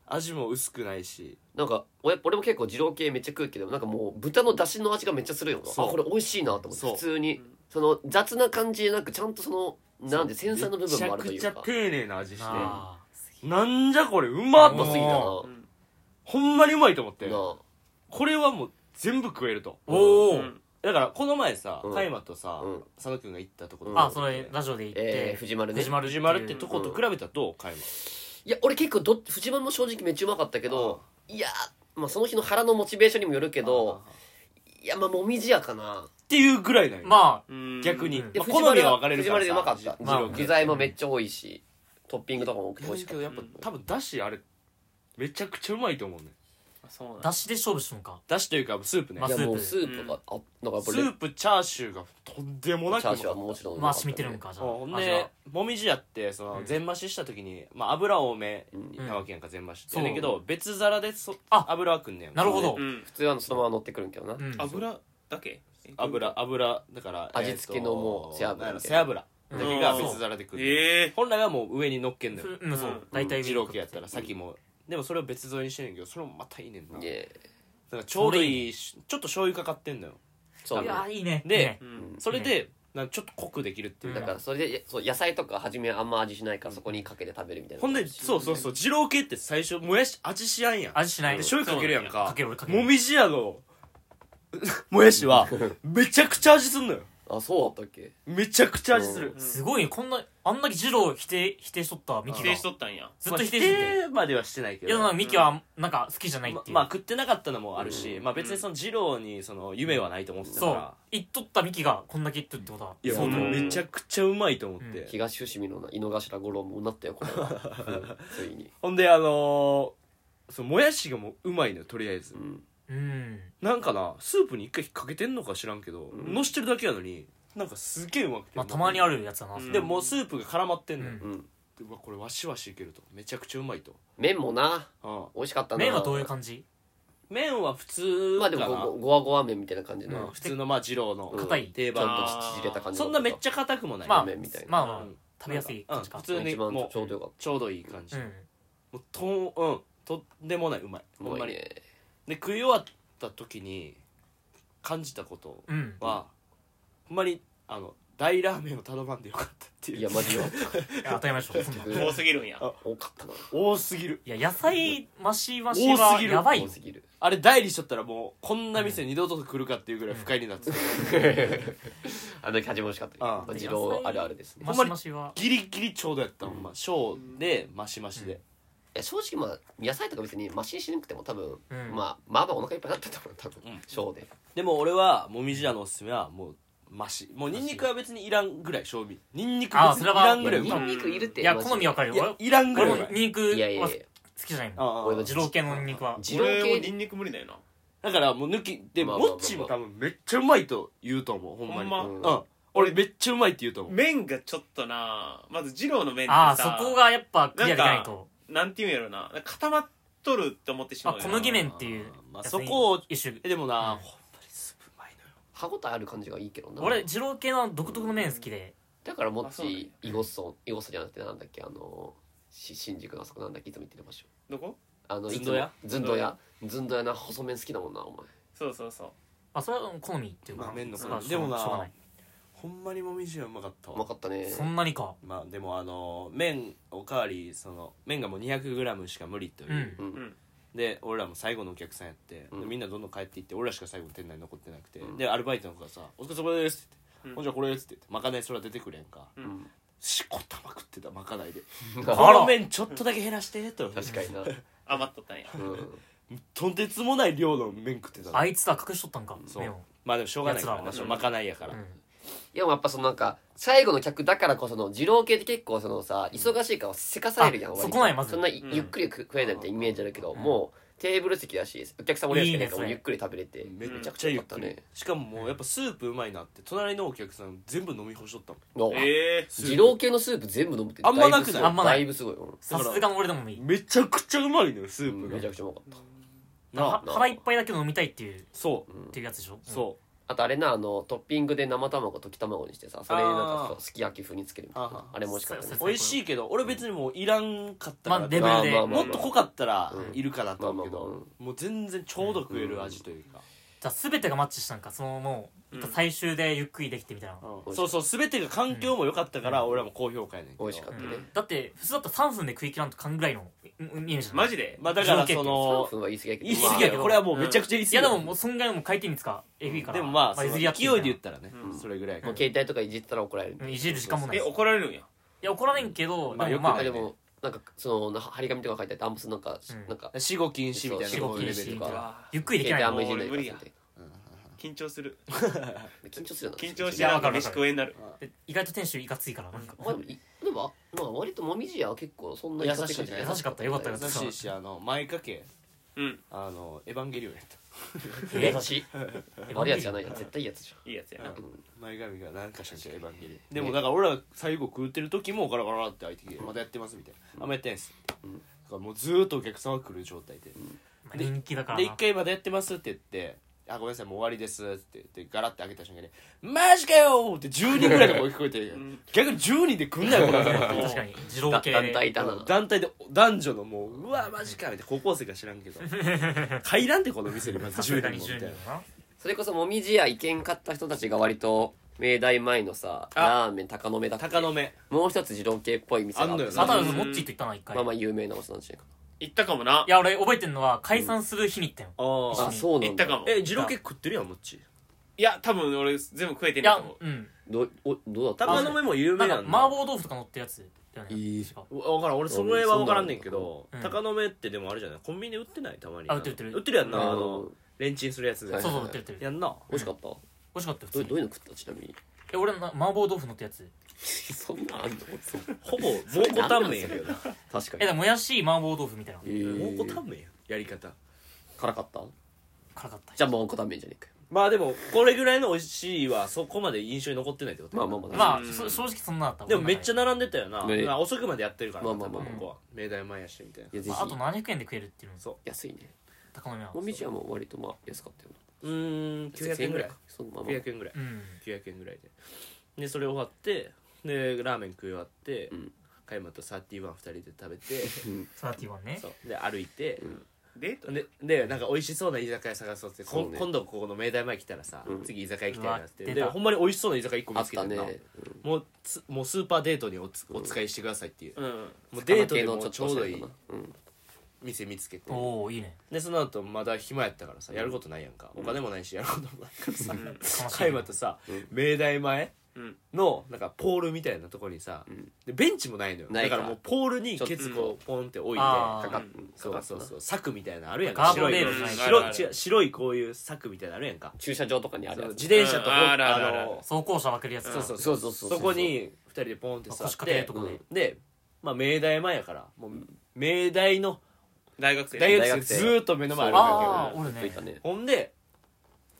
Speaker 1: 味も薄くないし
Speaker 2: なんか俺俺も結構二郎系めっちゃ食うけどなんかもう豚の出汁の味がめっちゃするよな
Speaker 1: そう
Speaker 2: あこれ美味しいなと思って
Speaker 1: そう
Speaker 2: 普通に
Speaker 4: うん
Speaker 2: その雑な感じでなくちゃんとそのなんで繊細な部分もあるとい
Speaker 1: め
Speaker 2: う
Speaker 1: ちゃ
Speaker 2: か
Speaker 1: くちゃ丁寧な味して
Speaker 3: あ
Speaker 1: なんじゃこれうまっ
Speaker 2: うますす
Speaker 1: ぎ
Speaker 2: ぎ
Speaker 1: た
Speaker 2: たな
Speaker 1: なほんまにうまいと思って
Speaker 2: なあ
Speaker 1: これはもう全部食えると
Speaker 3: ーおお
Speaker 4: うん
Speaker 1: だからこの前さ
Speaker 2: うん
Speaker 1: 加山とさ
Speaker 2: うん
Speaker 1: 佐野君が行ったところ
Speaker 3: あそのラジオで行っ
Speaker 2: え
Speaker 3: て
Speaker 2: ー藤丸ね
Speaker 3: 藤丸
Speaker 1: 藤丸ってと
Speaker 3: こ
Speaker 1: こと比べたらどう加山
Speaker 2: いや俺結構ど藤丸も正直めっちゃうまかったけどいやまあその日の腹のモチベーションにもよるけどいやまあもみじやかな
Speaker 1: っていうぐらいなんよ
Speaker 3: まあ
Speaker 4: うん
Speaker 1: 逆に
Speaker 2: いや
Speaker 1: まあ
Speaker 2: 藤丸
Speaker 1: 好みは分かれるからさ
Speaker 2: 藤丸でうまかった
Speaker 3: まあ
Speaker 2: 具材もめっちゃ多いしトッピングとかも多くて
Speaker 1: 美
Speaker 2: 美
Speaker 1: 味
Speaker 2: 味
Speaker 1: しい
Speaker 2: し
Speaker 1: け
Speaker 2: か
Speaker 1: ど
Speaker 2: っ
Speaker 1: やっぱ多分だしあれめちゃくちゃうまいと思うね
Speaker 4: あそうなんだ
Speaker 3: 出汁で勝負しとんか
Speaker 1: だしというかスープね
Speaker 3: ま
Speaker 2: た
Speaker 3: あ
Speaker 2: いやもうス
Speaker 3: ス
Speaker 2: ープがあなんかやっ
Speaker 1: ス
Speaker 2: ぱ
Speaker 1: ープチャーシューがとんでもなく
Speaker 2: チ
Speaker 1: う
Speaker 2: ャ
Speaker 1: ま
Speaker 2: ーシュー
Speaker 1: か
Speaker 2: は
Speaker 1: った
Speaker 2: もちろんう
Speaker 3: まあ
Speaker 2: かった
Speaker 3: 染みてるんかじゃあ
Speaker 1: ほん
Speaker 3: 味
Speaker 1: で
Speaker 3: は
Speaker 1: もみじやってその
Speaker 3: うん
Speaker 1: 全増しした時に、まあ、油多めなわけやんか全増しって
Speaker 3: そう
Speaker 1: やねんけど別皿でそ
Speaker 3: あ
Speaker 1: 油はくんねやん
Speaker 3: なるほど
Speaker 4: うん
Speaker 2: 普通はそのまま乗ってくるんけどな、
Speaker 3: うん
Speaker 4: 油だけえ
Speaker 1: 油油だから
Speaker 2: 味付けのもう
Speaker 1: え
Speaker 2: 背
Speaker 1: ーと
Speaker 2: 脂みたい
Speaker 1: なんや
Speaker 2: な
Speaker 1: ろ背脂だけが別皿でくんねん
Speaker 4: ええ
Speaker 1: 本来はもう上に乗っけんの
Speaker 3: それ
Speaker 1: よ
Speaker 3: うんそう大体
Speaker 1: 二郎系やったらさっきもでもそれを別添えにしてんねんけどそれもまたいいねんなだ
Speaker 2: い
Speaker 1: か
Speaker 2: え
Speaker 1: らちょうどいいしちょっと醤油かかってんのよ
Speaker 2: そう
Speaker 3: いやいいね
Speaker 1: で
Speaker 3: いいね
Speaker 4: うん
Speaker 1: それでなんかちょっと濃くできるっていう
Speaker 2: だからそれでそう野菜とか初めあんま味しないからそこにかけて食べるみたいな
Speaker 1: ほんでそうそうそう二郎系って最初もやし味しやんやん
Speaker 3: 味しない
Speaker 1: で醤油かけるやんか
Speaker 3: かける俺かける
Speaker 1: もみじやの もやしはめちゃくちゃ味すんのよ
Speaker 2: あそうだったっけ
Speaker 1: めちゃくちゃ味する
Speaker 4: うん
Speaker 3: すごいねこんなあんだけ二郎否定否定しとったミ
Speaker 4: 否
Speaker 3: キが
Speaker 4: 定し
Speaker 3: ずっ
Speaker 4: とったんや
Speaker 3: と否定してて
Speaker 1: まあまではしてないけ
Speaker 3: い
Speaker 1: ど
Speaker 3: やなんかミキはなんか好きじゃないっていう
Speaker 1: ままあ食ってなかったのもあるし、まあ別にその二郎にその夢はないと思ってたか
Speaker 3: そう
Speaker 1: ら、
Speaker 3: 言っとったミキがこんだけ言っとるってことはい
Speaker 1: や
Speaker 3: 相
Speaker 1: も
Speaker 3: 当
Speaker 1: うめちゃくちゃうまいと思って、
Speaker 2: 東伏見の井の頭五郎もうなったよこれは、 うんついに
Speaker 1: ほんであのー、そのもやしがもううまいのよとりあえず、
Speaker 2: うん
Speaker 3: うん
Speaker 1: なんかなスープに一回引っ掛けてんのか知らんけど、
Speaker 2: ん
Speaker 1: のしてるだけやのになんかすげえうまくて、
Speaker 3: まあたまにあるやつだな
Speaker 4: うん
Speaker 1: でもうスープが絡まってんのよ、
Speaker 3: うん
Speaker 2: うん
Speaker 1: でうわこれわしわしいけるとめちゃくちゃうまいと
Speaker 2: 麺もな
Speaker 1: あ
Speaker 2: 美味しかったな
Speaker 3: 麺はどういう感じ
Speaker 1: 麺は普通
Speaker 2: まあでも
Speaker 1: かな
Speaker 2: ごごわごわ麺みたいな感じの、
Speaker 1: うん普通のまあ二郎の
Speaker 2: うん
Speaker 3: 硬い
Speaker 1: 定
Speaker 2: ちょ
Speaker 1: 番
Speaker 2: っ
Speaker 1: の
Speaker 2: と縮れた感じ
Speaker 1: そんなめっちゃ硬くもない、
Speaker 3: まあ
Speaker 2: 麺みたいな
Speaker 3: まあ
Speaker 1: う
Speaker 3: まあ
Speaker 1: ん
Speaker 3: 食べやす
Speaker 1: う
Speaker 3: い
Speaker 1: ん
Speaker 3: 感じか
Speaker 1: 普通に
Speaker 2: 一番
Speaker 1: も
Speaker 2: ちょうどよかっ
Speaker 1: ちょうどいい感じ、
Speaker 3: うん
Speaker 1: もうとんうんとんでもないうまい
Speaker 2: た
Speaker 1: ほんまに
Speaker 2: うまいね
Speaker 1: で食い終わった時に感じたこと
Speaker 3: うん
Speaker 1: は、ほんまにあの大ラーメンを頼まんでよかったっていう
Speaker 2: いやマジよ
Speaker 3: いや当たり前でしょそんな
Speaker 4: 多すぎるんや
Speaker 1: あ
Speaker 2: 多かったな
Speaker 1: 多すぎる
Speaker 3: いや野菜マシマシ
Speaker 1: 多す
Speaker 3: は
Speaker 1: ぎる
Speaker 3: やばい
Speaker 2: 多
Speaker 3: よ
Speaker 2: すぎる
Speaker 1: あれ代理しとったらもうこんな店二度と来るかっていうぐらい不快になってた、
Speaker 2: あの時始まりしかったけど
Speaker 1: ああ
Speaker 2: まあ二郎あるあるですね
Speaker 3: マシマシは
Speaker 1: ギリギリちょうどやったほんま小でマシマシで、
Speaker 2: や正直まあ野菜とか別にマシにしなくても多分、
Speaker 3: うん
Speaker 2: まあまあまあお腹いっぱいになったと思う多分、
Speaker 1: うん
Speaker 2: ショーで
Speaker 1: でも俺はもみじ屋のおすすめはもうマシもうニンニクは別にいらんぐらい賞味ニンニク
Speaker 3: あー
Speaker 1: 別にい
Speaker 3: それは
Speaker 1: らんぐらい
Speaker 2: い
Speaker 1: い
Speaker 2: やニン
Speaker 1: や
Speaker 2: ニクいるって
Speaker 3: いや
Speaker 2: マジで
Speaker 3: 好み分かるよ
Speaker 1: いらんぐ
Speaker 3: 俺
Speaker 1: らい
Speaker 3: も
Speaker 1: うまい
Speaker 3: ニンニク
Speaker 2: いやいや
Speaker 3: はい
Speaker 2: や
Speaker 3: 好きじゃないもん
Speaker 1: ああ
Speaker 2: 俺は
Speaker 3: 二郎系のニンニクは
Speaker 2: 二郎
Speaker 4: 俺も
Speaker 2: 系
Speaker 4: ニンニク無理だよな
Speaker 1: だからもう抜きで
Speaker 2: まあ
Speaker 1: も
Speaker 2: まあまあ
Speaker 1: モッチーも多分めっちゃうまいと言うと思うほんまに
Speaker 4: ほ
Speaker 2: んま
Speaker 1: うん俺めっちゃうまいって言うと思う
Speaker 4: 麺がちょっとなまず二郎の麺って
Speaker 3: あ
Speaker 4: さ
Speaker 3: あそこがやっぱクリアできないと
Speaker 4: なんていうんやろな固まっとるって思ってしまうよな
Speaker 3: あ小麦麺っていう
Speaker 1: まあ
Speaker 3: やつに
Speaker 1: そこを
Speaker 3: 一種
Speaker 1: えでもな、
Speaker 3: う
Speaker 1: ほん
Speaker 3: ん
Speaker 1: まにスープうまいのよ
Speaker 2: 歯応えある感じがいいけどな
Speaker 3: 俺二郎系の独特の麺好きで
Speaker 2: だからもっ
Speaker 4: あそうなんや
Speaker 2: ちイゴッソンイゴッソンじゃなくてなんだっけあのし新宿のあそこなんだっけいつも行ってる場所
Speaker 4: どこ
Speaker 2: あの
Speaker 1: ずんどう屋
Speaker 2: いつもずんどう屋ずんどう屋な細麺好きだもんなお前
Speaker 4: そうそうそう
Speaker 3: あそれは好みっていうか
Speaker 1: まあ麺の好み
Speaker 3: まあしょう
Speaker 1: でもな
Speaker 3: しょうがない
Speaker 1: ほんまにもみじ屋うまかった
Speaker 2: う
Speaker 1: わ
Speaker 2: まかったね
Speaker 3: そんなにか
Speaker 1: まあでもあの麺おかわりその麺がもう 200g しか無理というう、
Speaker 3: ん
Speaker 2: うん
Speaker 1: で俺らも最後のお客さんやって、
Speaker 2: うん
Speaker 1: でみんなどんどん帰っていって俺らしか最後の店内に残ってなくて、
Speaker 2: うん
Speaker 1: でアルバイトの子がさ「お疲れ様です」って言って「
Speaker 4: うん
Speaker 1: ほんじゃこれ」っつって言って「まかないそら出てくれんか」
Speaker 4: う
Speaker 2: うんん
Speaker 1: しこたま食ってたまかないで「
Speaker 2: あ
Speaker 1: この麺ちょっとだけ減らして」と
Speaker 2: 確かにな
Speaker 4: 余っとったんや
Speaker 2: うん
Speaker 1: とんてつもない量の麺食ってた
Speaker 3: あいつら隠しとったんか
Speaker 1: そう
Speaker 3: 麺を
Speaker 1: まあでもしょうがないから
Speaker 3: や
Speaker 1: な
Speaker 3: つ
Speaker 1: そ
Speaker 4: らは
Speaker 1: のまかないやから、
Speaker 3: うん
Speaker 2: いやもうやっぱそのなんか最後の客だからこその二郎系って結構そのさ忙しいからせかされるやん
Speaker 3: あ
Speaker 2: 割と
Speaker 3: そこなんやまず
Speaker 2: そんない
Speaker 4: うん
Speaker 2: ゆっくり食食えないみたいなイメージあるけど
Speaker 3: うん
Speaker 2: もうテーブル席だしお客さんも俺らしかいないか
Speaker 3: いいねそれ
Speaker 2: らもうゆっくり食べれて
Speaker 1: めっちゃくちゃゆっくり、
Speaker 2: めっちゃ良かったね
Speaker 1: しかももうやっぱスープうまいなって隣のお客さん全部飲み干しとったもん
Speaker 2: の
Speaker 4: ええ
Speaker 1: スープ
Speaker 2: 二郎系のスープ全部飲むって
Speaker 1: あんまなくない
Speaker 2: だぶすご
Speaker 3: あんまない
Speaker 2: だいぶすごいうん
Speaker 3: さすがの俺でもいい
Speaker 1: めちゃくちゃうまいのよス
Speaker 2: う
Speaker 1: ー
Speaker 2: ん
Speaker 1: プが、
Speaker 2: めちゃくちゃうまかった
Speaker 1: なあ
Speaker 3: は腹いっぱいだけど飲みたいっていう
Speaker 1: そう、
Speaker 3: っていうやつでしょ
Speaker 1: そう
Speaker 2: あとあれなあのトッピングで生卵溶き卵にしてさそれになんかそうすき焼き風につけるみたい
Speaker 1: あは
Speaker 2: なあれも美味しかったね
Speaker 3: そう
Speaker 1: 美味しいけど俺別にもういらんかったか
Speaker 3: まあ
Speaker 1: ら
Speaker 3: レベルで
Speaker 2: まあまあまあ
Speaker 1: もっと濃かったら
Speaker 2: うん
Speaker 1: いるかなと思うけ
Speaker 2: まあまあ
Speaker 1: ど
Speaker 2: まあ
Speaker 1: もう全然ちょうど食える味というか、
Speaker 3: じゃあ全てがマッチしたんかそのもう
Speaker 4: うん
Speaker 3: 最終でゆっくりできてみたいな
Speaker 1: うんそうそう全てが環境も良かったから俺はもう高評価やねんけど
Speaker 2: 美味しかったね
Speaker 4: うん
Speaker 3: だって普通だったら3分で食い切らんとかんぐらいのうんイメージだね
Speaker 4: マジで
Speaker 1: まあだからそ
Speaker 2: 3
Speaker 1: の
Speaker 2: 分は言い過ぎやけど
Speaker 1: 言い過ぎやけど
Speaker 3: まあ
Speaker 1: これはもうめちゃくちゃ言い
Speaker 3: い
Speaker 1: 過ぎ
Speaker 3: やでももうそんぐらいもう回転率がえぐいから
Speaker 1: でもまあその勢いで
Speaker 3: ってみたな
Speaker 1: 言ったらね
Speaker 4: うん
Speaker 1: それぐらいやか
Speaker 2: もう
Speaker 1: ら
Speaker 2: 携帯とかいじってたら怒られる
Speaker 3: うんいじる時間もない
Speaker 4: え
Speaker 3: ですい
Speaker 4: 怒られるんや
Speaker 3: や怒られんけど
Speaker 1: まあ
Speaker 3: でもま
Speaker 1: よ
Speaker 2: あ
Speaker 1: く
Speaker 2: で
Speaker 1: ない
Speaker 3: あ
Speaker 2: もなんかそのな張り紙とか書いてあってあんまそのなんか、
Speaker 3: うん
Speaker 2: なんか
Speaker 1: 死後禁止みたいな
Speaker 2: そう
Speaker 1: こういうレベルと
Speaker 3: 死後禁止みたいな
Speaker 1: か
Speaker 4: わあ
Speaker 3: ゆっくりできない
Speaker 2: 携
Speaker 3: の
Speaker 2: 帯あんまいじれない
Speaker 4: もう俺無理緊張する
Speaker 2: 緊張するよな
Speaker 4: 緊張し
Speaker 3: い
Speaker 4: て
Speaker 3: や
Speaker 4: な
Speaker 3: わ
Speaker 4: ん
Speaker 3: かる
Speaker 4: か
Speaker 3: わかる
Speaker 4: 飯食えんなる
Speaker 3: で意外と店主いかついからなんか
Speaker 2: まあでもいでもあまあ割ともみじやは結構そんな
Speaker 1: 優しいね
Speaker 2: 感じ
Speaker 1: 優
Speaker 3: しかったよかったよ
Speaker 1: 優しいしあの前掛け
Speaker 4: うん
Speaker 1: あのエヴァンゲリオンやった
Speaker 2: 優しい悪いやつじゃない
Speaker 3: い
Speaker 2: や絶対いいやつじ
Speaker 4: いいやつやな
Speaker 2: ゃん、うん
Speaker 1: 前髪が何かしらんけどエヴァンゲリオンでもだから俺ら最後食うてる時もガラガラって開いてきて「まだやってます」みたいな「あんまやってないです」って
Speaker 2: うん
Speaker 1: だからもうずーっとお客さんが来る状態で
Speaker 3: 人気だから
Speaker 1: で
Speaker 3: な
Speaker 1: 一回「まだやってます」って言って「あごめんなさいもう終わりです」って言ってガラッて開けた瞬間に「マジかよ!」って10人ぐらいの声聞こえて
Speaker 4: ん
Speaker 1: 逆に10人で来んなよこれ
Speaker 3: 確かに二郎
Speaker 2: だ
Speaker 3: 系
Speaker 2: 団体いたな
Speaker 1: 団体で男女のもううわマジかみたいな高校生か知らんけど入らんでこの店にまず
Speaker 3: さすが
Speaker 1: 10
Speaker 3: に
Speaker 1: 人もみたいな
Speaker 3: 10人は
Speaker 2: それこそもみじや行けんかった人たちが割と明大前のさラーメン高野目だっけ
Speaker 1: 鷹の目
Speaker 2: もう一つ二郎系っぽい店が
Speaker 1: あんの
Speaker 2: って
Speaker 1: よ
Speaker 3: な
Speaker 1: な
Speaker 3: サ
Speaker 2: ま
Speaker 3: タウズモッチーと言ったな一回
Speaker 2: あまあ有名なお店なんじゃないか
Speaker 4: 行ったかもない
Speaker 3: や俺覚えてるのは解散する日に行ったよ
Speaker 1: あ
Speaker 2: な
Speaker 1: あ
Speaker 2: あそうな
Speaker 4: 行っ
Speaker 2: ん
Speaker 4: たか
Speaker 2: だ
Speaker 4: も
Speaker 1: え二郎系食ってるやんもっち
Speaker 4: いや多分俺全部食えて
Speaker 3: い
Speaker 4: ない
Speaker 3: や
Speaker 4: と思う
Speaker 3: うん
Speaker 2: どうおどうだった
Speaker 1: 鷹の目も有
Speaker 3: な
Speaker 1: 名
Speaker 3: んか
Speaker 1: やんな
Speaker 3: 麻婆豆腐とか乗ってるやつだよね
Speaker 2: いい
Speaker 3: 確か
Speaker 1: 分からん俺それは分からんねんけど
Speaker 3: うん
Speaker 1: 鷹の目ってでもあれじゃないコンビニで売ってないたまにな
Speaker 3: あ売ってる売ってる
Speaker 1: 売ってるやん
Speaker 2: うん
Speaker 1: なあのレンチンするやつで
Speaker 2: はい
Speaker 3: そうそう売ってる売ってる
Speaker 1: やんな
Speaker 2: 美味しかったど
Speaker 3: 美味しかったよ普
Speaker 2: う
Speaker 3: 通
Speaker 2: どう
Speaker 3: に
Speaker 2: いうの食ったちなみに
Speaker 3: え俺な麻婆豆腐乗ったやつ
Speaker 2: そん なんあんの
Speaker 1: ほぼ蒙古タンメンやけどな
Speaker 2: 確かに
Speaker 3: えでももやし麻婆豆腐みたいな
Speaker 2: えー
Speaker 1: 蒙古タンメンややり方
Speaker 2: 辛かった
Speaker 3: 辛かった
Speaker 2: じゃあ蒙古タンメンじゃねえかよ
Speaker 1: まあでもこれぐらいの美味しいはそこまで印象に残ってないってこと
Speaker 2: まあまあまあ
Speaker 3: まあ
Speaker 4: うん
Speaker 3: そ正直そんなだった
Speaker 1: でもめっちゃ
Speaker 3: ゃ
Speaker 1: 並んでたよな、
Speaker 2: ね
Speaker 1: まあ遅くまでやってるから
Speaker 2: ま
Speaker 1: な
Speaker 2: あまあまあ
Speaker 1: 多分ここは明大前やしみたいない
Speaker 2: やぜ
Speaker 3: あと
Speaker 2: ひ
Speaker 3: 700円で食えるっていうの
Speaker 1: そう
Speaker 2: 安いね
Speaker 3: 高野目は
Speaker 2: もみじはもう割とまあ安かったよ
Speaker 1: うーん900円ぐらい
Speaker 2: かそのまま
Speaker 1: 900円ぐらい
Speaker 3: うん
Speaker 1: 900円ぐらいででそれ終わってでラーメン食い終わって、
Speaker 2: うん
Speaker 1: カイマとサーティワン2人で食べて
Speaker 3: サーティワンね
Speaker 1: そうで歩いて、
Speaker 4: デート
Speaker 1: ででなんか美味しそうな居酒屋探そうってこん
Speaker 2: そうね
Speaker 1: 今度ここの明大前来たらさ、
Speaker 2: うん
Speaker 1: 次居酒屋行きたいなって
Speaker 3: うわ
Speaker 1: で
Speaker 3: 出た
Speaker 1: ほんまに美味しそうな居酒屋1個
Speaker 2: あ
Speaker 1: 見
Speaker 2: っ
Speaker 1: つけて
Speaker 2: た
Speaker 1: ん
Speaker 2: ね
Speaker 1: なもうつもうスーパーデートにおつお使いしてくださいっていう、
Speaker 4: うん
Speaker 1: もうデートでもうちょうどいい
Speaker 2: うん
Speaker 1: 店見つけて
Speaker 3: おおいいね
Speaker 1: でその後まだ暇やったから さやることないやんか、お金もないしやることもないからさ
Speaker 4: ん
Speaker 3: 悲しい
Speaker 1: 海馬とさ、明大前、
Speaker 4: うん
Speaker 1: のなんかポールみたいなところにさ、
Speaker 2: うん
Speaker 1: でベンチもないのよ
Speaker 2: な
Speaker 1: だ
Speaker 2: い
Speaker 1: か
Speaker 2: から
Speaker 1: らもうポールにケツこうポンって置いて
Speaker 3: あー
Speaker 2: かかっ
Speaker 1: そうそうそう柵みたいなのあるやん
Speaker 3: ガ
Speaker 1: か
Speaker 3: ード
Speaker 1: 白
Speaker 3: レ
Speaker 1: い
Speaker 3: ールじゃない
Speaker 1: 白
Speaker 4: あるあ
Speaker 1: い
Speaker 4: る
Speaker 1: 違う白いこういう柵みたいなのあるやんか
Speaker 2: 駐車場とかにあ
Speaker 1: そ
Speaker 2: る
Speaker 1: の
Speaker 2: や
Speaker 1: 自
Speaker 2: つ
Speaker 1: 転車と
Speaker 4: うんあるあるある
Speaker 1: の
Speaker 3: 走行車分けるやつ
Speaker 1: そうそう
Speaker 2: そ
Speaker 1: そうう
Speaker 2: そ
Speaker 1: そうう
Speaker 2: そ
Speaker 1: そうこに2人でポンって座っ
Speaker 3: 腰掛け
Speaker 1: て
Speaker 3: るとこね
Speaker 1: で、まあ、明大前やからもう明大の
Speaker 4: 大学生
Speaker 1: 大
Speaker 2: 大
Speaker 1: 学
Speaker 2: 学生
Speaker 1: 生ずーっと目の前歩いてるわ
Speaker 3: ああおる
Speaker 2: つい
Speaker 3: ね
Speaker 2: たね
Speaker 1: けよほんで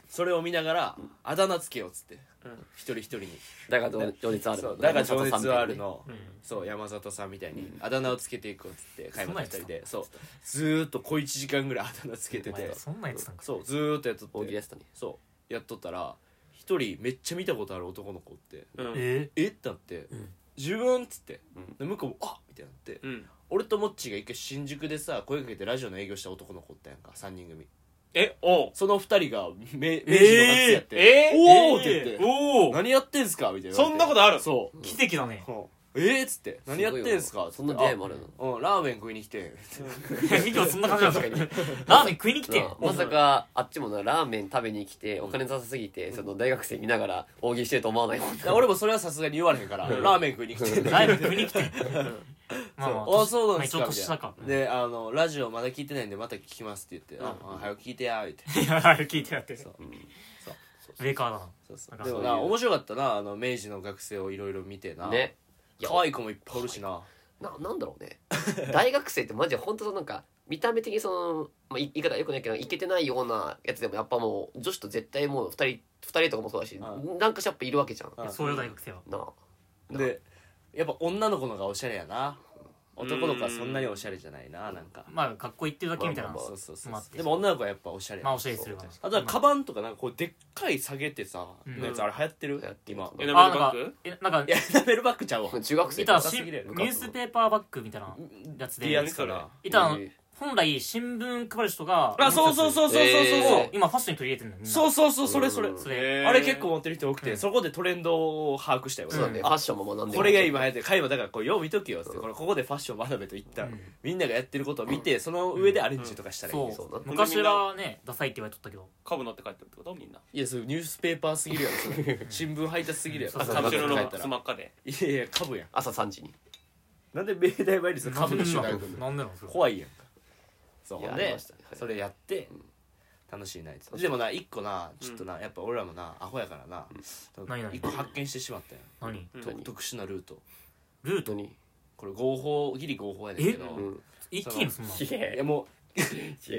Speaker 1: それを見ながらあだ名つけようっつって
Speaker 4: うん
Speaker 1: 一人一人に
Speaker 2: だが情熱ある
Speaker 1: そ
Speaker 2: の
Speaker 1: うだから情熱はあるの
Speaker 3: うん
Speaker 1: そう山里さんみたいにあだ名をつけていこうっつって開幕2人でそうずーっと小1時間ぐらいあだ名つけて
Speaker 3: お前
Speaker 1: て
Speaker 3: そんなんやってたんか
Speaker 1: そうずーっとやっと
Speaker 2: 大
Speaker 1: っ
Speaker 2: 喜利や
Speaker 1: て
Speaker 2: ってたね
Speaker 1: そうやっとったら一人めっちゃ見たことある男の子って
Speaker 4: うん
Speaker 3: え
Speaker 1: えってなって
Speaker 2: ん
Speaker 1: 自分っつってで向こうもあみたいになって
Speaker 4: うん
Speaker 1: 俺とモッチーが一回新宿でさ声かけてラジオの営業した男の子おったやんか3人組
Speaker 4: えおう
Speaker 1: その二人がめ明治の夏やって
Speaker 4: えー
Speaker 1: おー!」って言って「
Speaker 3: おお
Speaker 1: 何やってんすか?」みたいな
Speaker 4: そんなことある
Speaker 1: そう
Speaker 3: 奇跡だ ね
Speaker 1: えーっつって「何やってんすか?」
Speaker 2: そんな出会いもあ
Speaker 1: る
Speaker 2: るの
Speaker 1: うんラーメン食いに来てん
Speaker 3: いやそんな感じなんですかラーメン食いに来て
Speaker 2: なあまさかあっちもなラーメン食べに来てお金なさすぎてその大学生見ながら大喜利してると思わないもんな
Speaker 1: 俺もそれはさすがに言われへんからラーメン食いに来てん
Speaker 3: ライブ食いに来てまあまあ
Speaker 1: あそうなんです
Speaker 3: ま
Speaker 1: かみ
Speaker 3: あ一応年
Speaker 1: たい
Speaker 3: 下
Speaker 1: な
Speaker 3: か
Speaker 1: であのラジオまだ聞いてないんでまた聞きますって言って「ああ早く聞いてや」言って
Speaker 3: いや聞いてやってる
Speaker 1: そうそう
Speaker 3: 上からだな
Speaker 1: そうそ
Speaker 3: な
Speaker 1: うん
Speaker 3: か
Speaker 1: でも
Speaker 2: そう
Speaker 1: な
Speaker 2: いう
Speaker 1: 面白かったなあの明治の学生をいろいろ見てな
Speaker 2: ね
Speaker 1: 可愛い子もいっぱいおるしな
Speaker 2: ななんだろ うね大学生ってマジで本当なんか見た目的にその、まあ、い言い方よくないけどいけてないようなやつでもやっぱもう女子と絶対もう2人二人とかもそうだし、
Speaker 1: う
Speaker 2: なんかしらやっぱいるわけじゃん、
Speaker 1: うん
Speaker 3: そういう大学生は
Speaker 2: なあ
Speaker 1: でやっぱ女の子の方がおしゃれやな
Speaker 4: うん
Speaker 1: 男の子はそんなにおしゃれじゃないななんか
Speaker 3: まあ学校行ってるだけみたいな
Speaker 2: まあまあ
Speaker 1: そうそうそう
Speaker 3: まあ
Speaker 1: でも女の子はやっぱおしゃれや
Speaker 3: まあおしゃれするから
Speaker 1: あとはカバンとかなんかこうでっかい下げてさ、
Speaker 3: うん
Speaker 1: のやつあれ流行ってる、
Speaker 2: 流行ってる
Speaker 1: 今
Speaker 2: え
Speaker 4: エ
Speaker 1: い
Speaker 4: ナ
Speaker 3: あ
Speaker 4: メ
Speaker 3: なん
Speaker 4: ルバ
Speaker 3: か
Speaker 4: ッグ
Speaker 3: えなんか
Speaker 1: やエナメルバッグちゃうわ
Speaker 2: 中学生
Speaker 3: いた
Speaker 1: ダサ
Speaker 3: し
Speaker 1: すぎる
Speaker 3: ニュースペーパーバッグみたいなやつ
Speaker 1: いや
Speaker 3: で
Speaker 1: 何それ
Speaker 4: あ
Speaker 3: いた
Speaker 2: えー
Speaker 3: 本来新聞配る人が
Speaker 1: そうそう
Speaker 3: う
Speaker 1: そうそうそうそうそう、
Speaker 2: え
Speaker 3: 今ファッションに取り入れてるのみんな
Speaker 1: そうそうそうそれそれ、
Speaker 2: うん
Speaker 3: それ
Speaker 4: えー
Speaker 1: あれ結構持ってる人多くて、
Speaker 3: うん
Speaker 1: そこでトレンドを把握したよ、
Speaker 2: そうだね、
Speaker 3: うん
Speaker 2: ファッションも学んで
Speaker 1: これが今流行ってる会話だからこうよう見とけよっつって
Speaker 2: うん
Speaker 1: これここでファッション学べと言ったら、
Speaker 3: うん
Speaker 1: みんながやってることを見て、その上でアレンジとかしたらいい、
Speaker 3: そ
Speaker 2: そうだ
Speaker 3: う昔はねダサいって言われとったけど
Speaker 4: 株乗って帰ったってことみんない
Speaker 1: やそれニュースペーパーすぎるやろそれ新聞配達すぎるやろ
Speaker 3: そうそう
Speaker 4: カプセルの
Speaker 1: 帰ったら
Speaker 4: スマッカで
Speaker 1: いやいや株やん
Speaker 2: 朝3時に
Speaker 1: なんで明大前にその株の主題
Speaker 3: なんでなんですか
Speaker 1: 怖いやんかそう
Speaker 2: いや
Speaker 1: ほん
Speaker 2: あり
Speaker 1: で
Speaker 2: ましたねはい
Speaker 1: それやって楽しいなやつでもな一個なちょっとなやっぱ俺らもなアホやからな
Speaker 3: 何々
Speaker 1: 一個発見してしまったよ
Speaker 3: 何
Speaker 4: うん
Speaker 2: 何
Speaker 1: 特殊なルート
Speaker 3: ルー
Speaker 2: 本
Speaker 3: ト
Speaker 2: 当に
Speaker 1: これ合法ギリ合法やねんけど
Speaker 2: うん
Speaker 3: 一気にそんない
Speaker 2: や
Speaker 1: い
Speaker 2: い
Speaker 1: や
Speaker 2: や
Speaker 1: も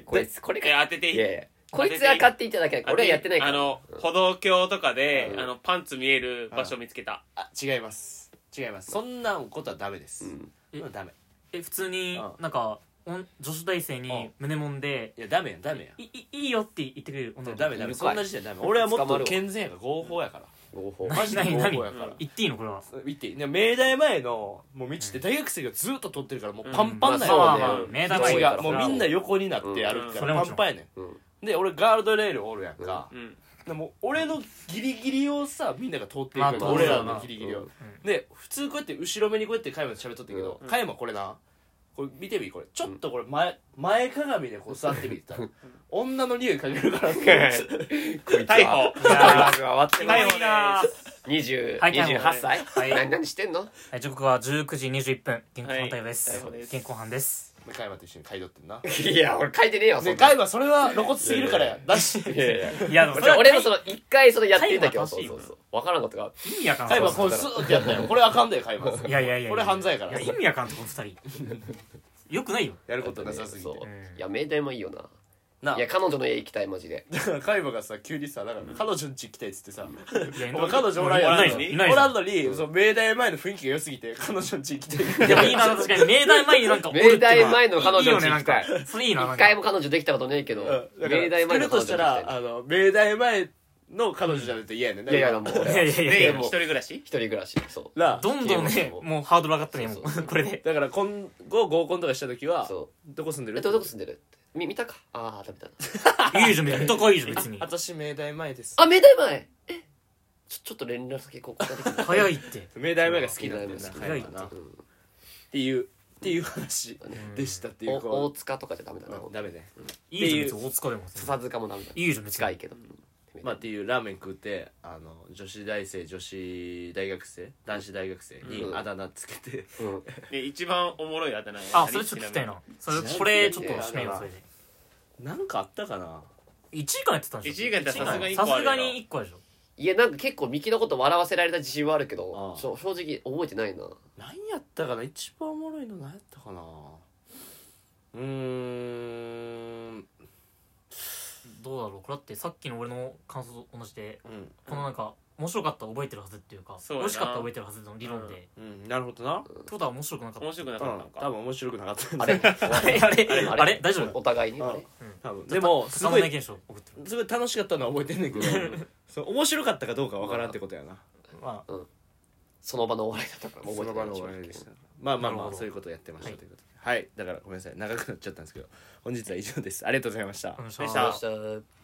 Speaker 2: こいつこれ
Speaker 4: え
Speaker 2: が
Speaker 4: 当ててい
Speaker 2: い
Speaker 4: い
Speaker 2: やいやこいつが買っていただけ俺はやってないから
Speaker 4: あの歩道橋とかで
Speaker 2: うん
Speaker 4: あのパンツ見える場所見つけた
Speaker 1: うあ違います違いますそんなことはダメです
Speaker 2: うん
Speaker 1: そんなのダメ
Speaker 3: え普通に
Speaker 1: うん
Speaker 3: なんかおん女子大生に胸もんで
Speaker 1: いやダメやんダメやん
Speaker 3: いいいいよって言ってくれる女の子
Speaker 1: ダメダメそんな時点でダメ俺はもっと健全やから合法やから
Speaker 2: 合法
Speaker 1: マジで合
Speaker 3: 何
Speaker 1: 法やから
Speaker 3: 言っていいのこ れは
Speaker 1: 見てでも明大前のもう道って大学生がずっと撮ってるからもうパンパンなん
Speaker 2: うんま
Speaker 1: や
Speaker 2: あそうね
Speaker 3: 目
Speaker 1: 道
Speaker 3: 玉
Speaker 2: そう
Speaker 1: が
Speaker 2: や
Speaker 1: もうみんな横になって歩くからパンパンやね
Speaker 2: うん
Speaker 1: んで俺ガードレールおるやんか
Speaker 4: うん
Speaker 1: でもう俺のギリギリをさみんなが通っていく
Speaker 3: まあ
Speaker 1: やん
Speaker 3: まあ
Speaker 1: 俺ら
Speaker 3: まあま
Speaker 1: の
Speaker 3: あ
Speaker 1: ギリギリを
Speaker 2: うん
Speaker 1: で普通こうやって後ろ目にこうやって加山と喋っとったけど
Speaker 4: うん
Speaker 1: 加山これなこれ見てみこれちょっとこれ前前かがみでこう座ってみてたら女の匂い嗅げるから
Speaker 4: 逮捕
Speaker 3: いやー
Speaker 4: ないよね
Speaker 3: いなー
Speaker 2: 20
Speaker 3: はい逮捕
Speaker 2: 28歳
Speaker 3: はい
Speaker 2: 何何してんの
Speaker 3: はい時刻は19時21分現行犯逮捕で
Speaker 4: はい
Speaker 3: す
Speaker 4: 逮捕です
Speaker 3: 現行 犯です
Speaker 1: 加山と一緒に嗅いどってんない
Speaker 2: や俺 書いてねえよそ
Speaker 1: で
Speaker 2: んな
Speaker 1: 加山それは露骨すぎるからやだし
Speaker 2: いやいや
Speaker 3: いやでもそれは
Speaker 2: 俺もその一回そのやってみたけど
Speaker 3: タ
Speaker 2: そう
Speaker 3: イマー欲し
Speaker 2: そう
Speaker 3: い
Speaker 2: そう分からんことが
Speaker 3: 意味やかん
Speaker 1: 加山
Speaker 3: こ
Speaker 1: こうスーってやったよこれあかんだよ加山
Speaker 3: いやいやいや
Speaker 1: これ犯罪やから
Speaker 3: いや意味やかんとこの二人よくないよ
Speaker 1: やることなさすぎ
Speaker 2: そう
Speaker 1: て
Speaker 3: うん
Speaker 2: いや命題もいいよな
Speaker 1: ない
Speaker 2: や彼女の家行きたいマジで
Speaker 1: カイマがさ急にさなんか彼女ん家来たいっつってさ
Speaker 3: いや
Speaker 1: お前彼女おらん
Speaker 3: い
Speaker 1: や
Speaker 3: ない
Speaker 1: ん
Speaker 3: よいない
Speaker 1: おらん
Speaker 3: よ
Speaker 1: のにその明大前の雰囲気が良すぎて彼女ん家来たい
Speaker 3: でもいいな確かに明大前になんかおるっていう
Speaker 2: 明
Speaker 3: のは
Speaker 2: 大前の彼
Speaker 3: いいよ
Speaker 2: 女の
Speaker 3: ね
Speaker 2: 家
Speaker 3: な
Speaker 2: 行
Speaker 3: ん
Speaker 2: きた
Speaker 3: か
Speaker 2: い
Speaker 3: それいいななん
Speaker 2: 一
Speaker 3: か
Speaker 2: 回も彼女できたことねえけど
Speaker 1: うんだから
Speaker 2: 明大前
Speaker 1: 作
Speaker 2: の
Speaker 1: る
Speaker 2: 彼
Speaker 1: とした
Speaker 2: 女行きた
Speaker 1: らあの明大前の彼女じゃないと嫌やねん
Speaker 2: いいやいやもう
Speaker 3: いやいやいやい
Speaker 4: で
Speaker 3: や
Speaker 4: 一人暮らし
Speaker 2: 一人暮らしそう
Speaker 1: なあ
Speaker 3: どんどんねもうハードル上がったねも
Speaker 2: そうそうそう
Speaker 3: うこれで
Speaker 1: だから今後合コンとかした時は
Speaker 2: そ
Speaker 1: どこ住んで
Speaker 2: え
Speaker 1: る
Speaker 2: っとどこ住んでるってみ見たかああ食べたない
Speaker 3: いじゃんめっちゃ可愛いじゃん別に
Speaker 1: 私明大前です
Speaker 2: あ明大前えちょちょっと連絡先交換でき ない
Speaker 3: 早いって
Speaker 1: 明大前が好きなんだよ
Speaker 2: 明
Speaker 1: な
Speaker 2: 大
Speaker 1: 加山なっ
Speaker 2: うん
Speaker 1: ていうっていう話でしたっていう
Speaker 2: お
Speaker 1: こ
Speaker 2: 大塚とかじゃダメだな
Speaker 1: うダメね
Speaker 3: いいじゃん別に大塚でも
Speaker 2: 笹塚もダメだ
Speaker 3: いいじゃん別
Speaker 2: 近い
Speaker 3: に
Speaker 2: けどめて
Speaker 1: まあ、っていうラーメン食ってあの女子大生女子大学生男子大学生に
Speaker 2: うん
Speaker 1: あだ名つけて、
Speaker 2: うん
Speaker 4: で一番おもろいあだ名
Speaker 3: あそれちょっと聞きたいなそれ
Speaker 1: ちなみに
Speaker 3: これちょっと締めようそれで
Speaker 1: なんかあったかな
Speaker 3: 1時間やってたんでしょ
Speaker 4: 一時間やったらさすがに一個
Speaker 3: さ
Speaker 4: あるやろ
Speaker 3: すがに1個あるでしょ
Speaker 2: いやなんか結構ミキのこと笑わせられた自信はあるけど
Speaker 1: ああ
Speaker 2: ちょ正直覚え てないな
Speaker 1: 何やったかな一番おもろいの何やったかなうーん
Speaker 3: どうだろうこれだってさっきの俺の感想と同じで
Speaker 1: うん
Speaker 3: このなんか面白かったら覚えてるはずっていうか
Speaker 4: そうやな
Speaker 3: 美味しかったら覚えてるはずの理論で
Speaker 1: うんなるほどな、
Speaker 3: ってことは面白くなかった
Speaker 4: 面白くな
Speaker 1: う
Speaker 4: かったの
Speaker 1: ん、
Speaker 4: か、
Speaker 1: 多分面白くなかったんで
Speaker 2: あ れ
Speaker 3: あれあれあれ大丈夫
Speaker 2: お互いに
Speaker 1: あ
Speaker 2: あれ
Speaker 1: 多分
Speaker 3: ちょ
Speaker 1: で
Speaker 3: っと
Speaker 1: もす
Speaker 3: 高
Speaker 1: ご
Speaker 3: めない
Speaker 1: い
Speaker 3: 現象起こってる
Speaker 1: すごい楽しかったのは覚えてんねんけどそう面白かったかどうかわからんってことやな
Speaker 3: まあ
Speaker 2: その場のお笑いだったからもう
Speaker 1: そ
Speaker 2: 覚え
Speaker 1: の場
Speaker 2: てない
Speaker 1: の終わり
Speaker 2: 正
Speaker 1: でし
Speaker 2: 直
Speaker 1: たまあまあ
Speaker 3: なる
Speaker 1: ま
Speaker 3: ほ
Speaker 1: あ
Speaker 3: ど
Speaker 1: そういうことをやってました
Speaker 3: はい
Speaker 1: ということではいだからごめんなさい長くなっちゃったんですけど本日は以上ですありがとうございました
Speaker 3: お願いし
Speaker 4: で
Speaker 3: ま
Speaker 4: し
Speaker 3: す
Speaker 2: あ
Speaker 4: た
Speaker 2: りがとうございました